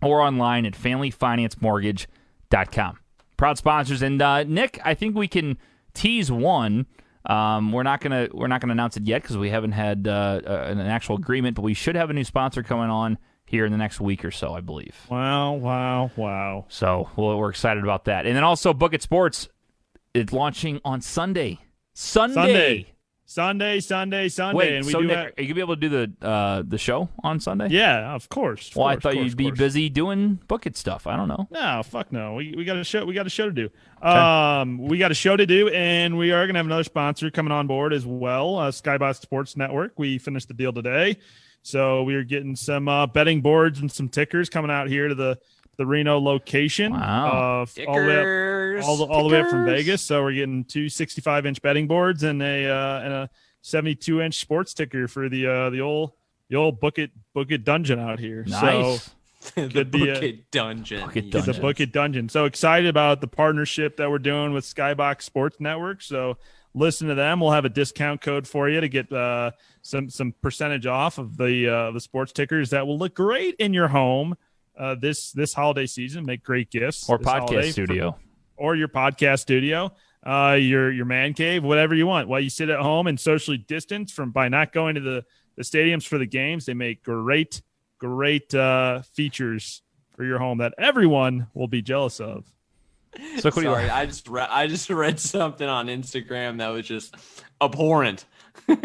S3: or online at familyfinancemortgage.com. Proud sponsors. And uh, Nick, I think we can tease one. Um, we're not gonna we're not gonna announce it yet because we haven't had uh, uh, an actual agreement, but we should have a new sponsor coming on here in the next week or so, I believe.
S4: Wow, wow, wow.
S3: So well, we're excited about that. And then also Book It Sports, it's launching on Sunday. Sunday.
S4: Sunday. Sunday, Sunday, Sunday,
S3: Wait,
S4: and we
S3: so
S4: do it.
S3: Nick, are you gonna be able to do the uh, the show on Sunday?
S4: Yeah, of course. of
S3: Well, I
S4: course,
S3: thought
S4: course,
S3: you'd be
S4: course.
S3: busy doing book it stuff. I don't know.
S4: No, fuck no. We, we got a show. We got a show to do. Um, we got a show to do, and we are gonna have another sponsor coming on board as well. Uh, Skybox Sports Network. We finished the deal today, so we are getting some uh, betting boards and some tickers coming out here to the the Reno location.
S3: Wow.
S4: Uh, all the way up
S2: Stickers.
S4: all the, all the way up from
S2: Stickers.
S4: Vegas. So we're getting two 65 inch betting boards and a uh, and a 72 inch sports ticker for the uh, the old the old book it book it dungeon out here.
S3: Nice.
S4: So
S2: the
S4: could be a-
S2: Bucket Dungeon.
S3: Bucket
S2: You
S4: it's a
S3: uh, Dungeon.
S4: book it dungeon. So excited about the partnership that we're doing with Skybox Sports Network. So listen to them. We'll have a discount code for you to get uh, some some percentage off of the uh, the sports tickers that will look great in your home. Uh, this this holiday season, make great gifts
S3: Or
S4: this holiday
S3: podcast
S4: for-
S3: studio.
S4: or your podcast studio, uh, your your man cave, whatever you want. While you sit at home and socially distance from by not going to the the stadiums for the games, they make great great uh, features for your home that everyone will be jealous of.
S3: So what do you
S2: Sorry, I just re- I just read something on Instagram that was just abhorrent.
S4: well,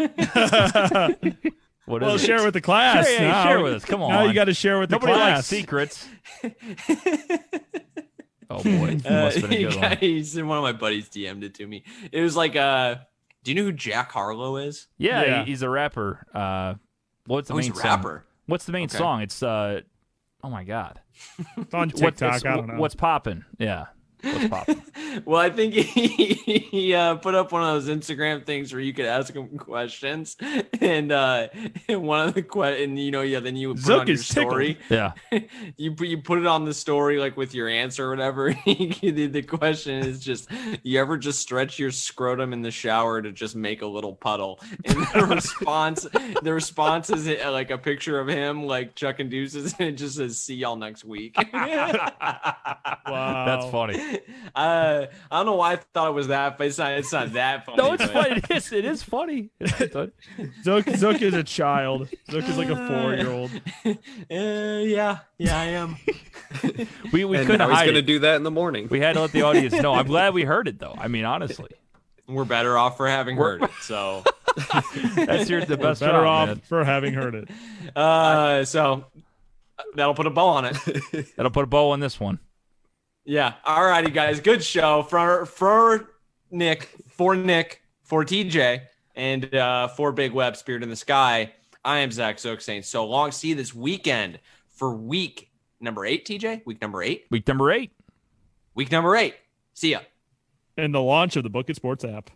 S3: What is it?
S4: share with the class.
S3: Share-
S4: now.
S3: share with us. Come
S4: Now you
S3: on.
S4: got to share with the
S3: Nobody
S4: class.
S3: likes secrets. Oh boy, that
S2: Uh,
S3: must have been a good one.
S2: he's- one of my buddies DM'd it to me. It was like, uh, do you know who Jack Harlow is?
S3: Yeah, he-
S4: Yeah.
S3: he's a rapper. Uh, what's the
S2: Oh,
S3: main
S2: he's a
S3: song?
S2: rapper.
S3: What's the main
S2: Okay.
S3: song? It's uh, oh my god,
S4: It's on
S3: What-
S4: TikTok.
S3: it's-
S4: I don't know.
S3: what's popping. Yeah, what's popping.
S2: Well, I think he, he uh, put up one of those Instagram things where you could ask him questions, and uh, and one of the que- and you know, yeah, then you would put
S4: Zook
S2: on your
S4: is tickled.
S2: story.
S3: yeah,
S2: you put you put it on the story like with your answer or whatever. the, the question is just, you ever just stretch your scrotum in the shower to just make a little puddle? And the response, the response is uh, like a picture of him like chucking deuces, and it just says, "See y'all next week."
S4: wow.
S3: that's funny.
S2: Uh, I don't know why I thought it was that, but it's not. It's not that funny.
S3: No, it's
S2: but-
S3: funny. It is. It is funny. It's funny.
S4: Zook, Zook is a child. Zook is like a four year old.
S2: Uh, yeah, yeah, I am.
S3: we we
S5: and
S3: couldn't
S5: now he's
S3: hide
S5: going to
S3: it.
S5: do that in the morning.
S3: we had to let the audience know. I'm glad we heard it though. I mean, honestly,
S2: We're better off for having
S3: We're-
S2: heard it. So.
S3: that's your the best
S4: Better
S3: job,
S4: off
S3: man.
S4: for having heard it.
S2: Uh, so that'll put a bow on it.
S3: That'll put a bow on this one.
S2: yeah. All righty, guys. Good show for for Nick, for Nick, for TJ, and uh, for Big Web Spirit in the Sky. I am Zach Zook saying so long. See you this weekend for week number eight. TJ, week number eight.
S3: Week number eight.
S2: Week number eight. See ya.
S4: And the launch of the Book It Sports app.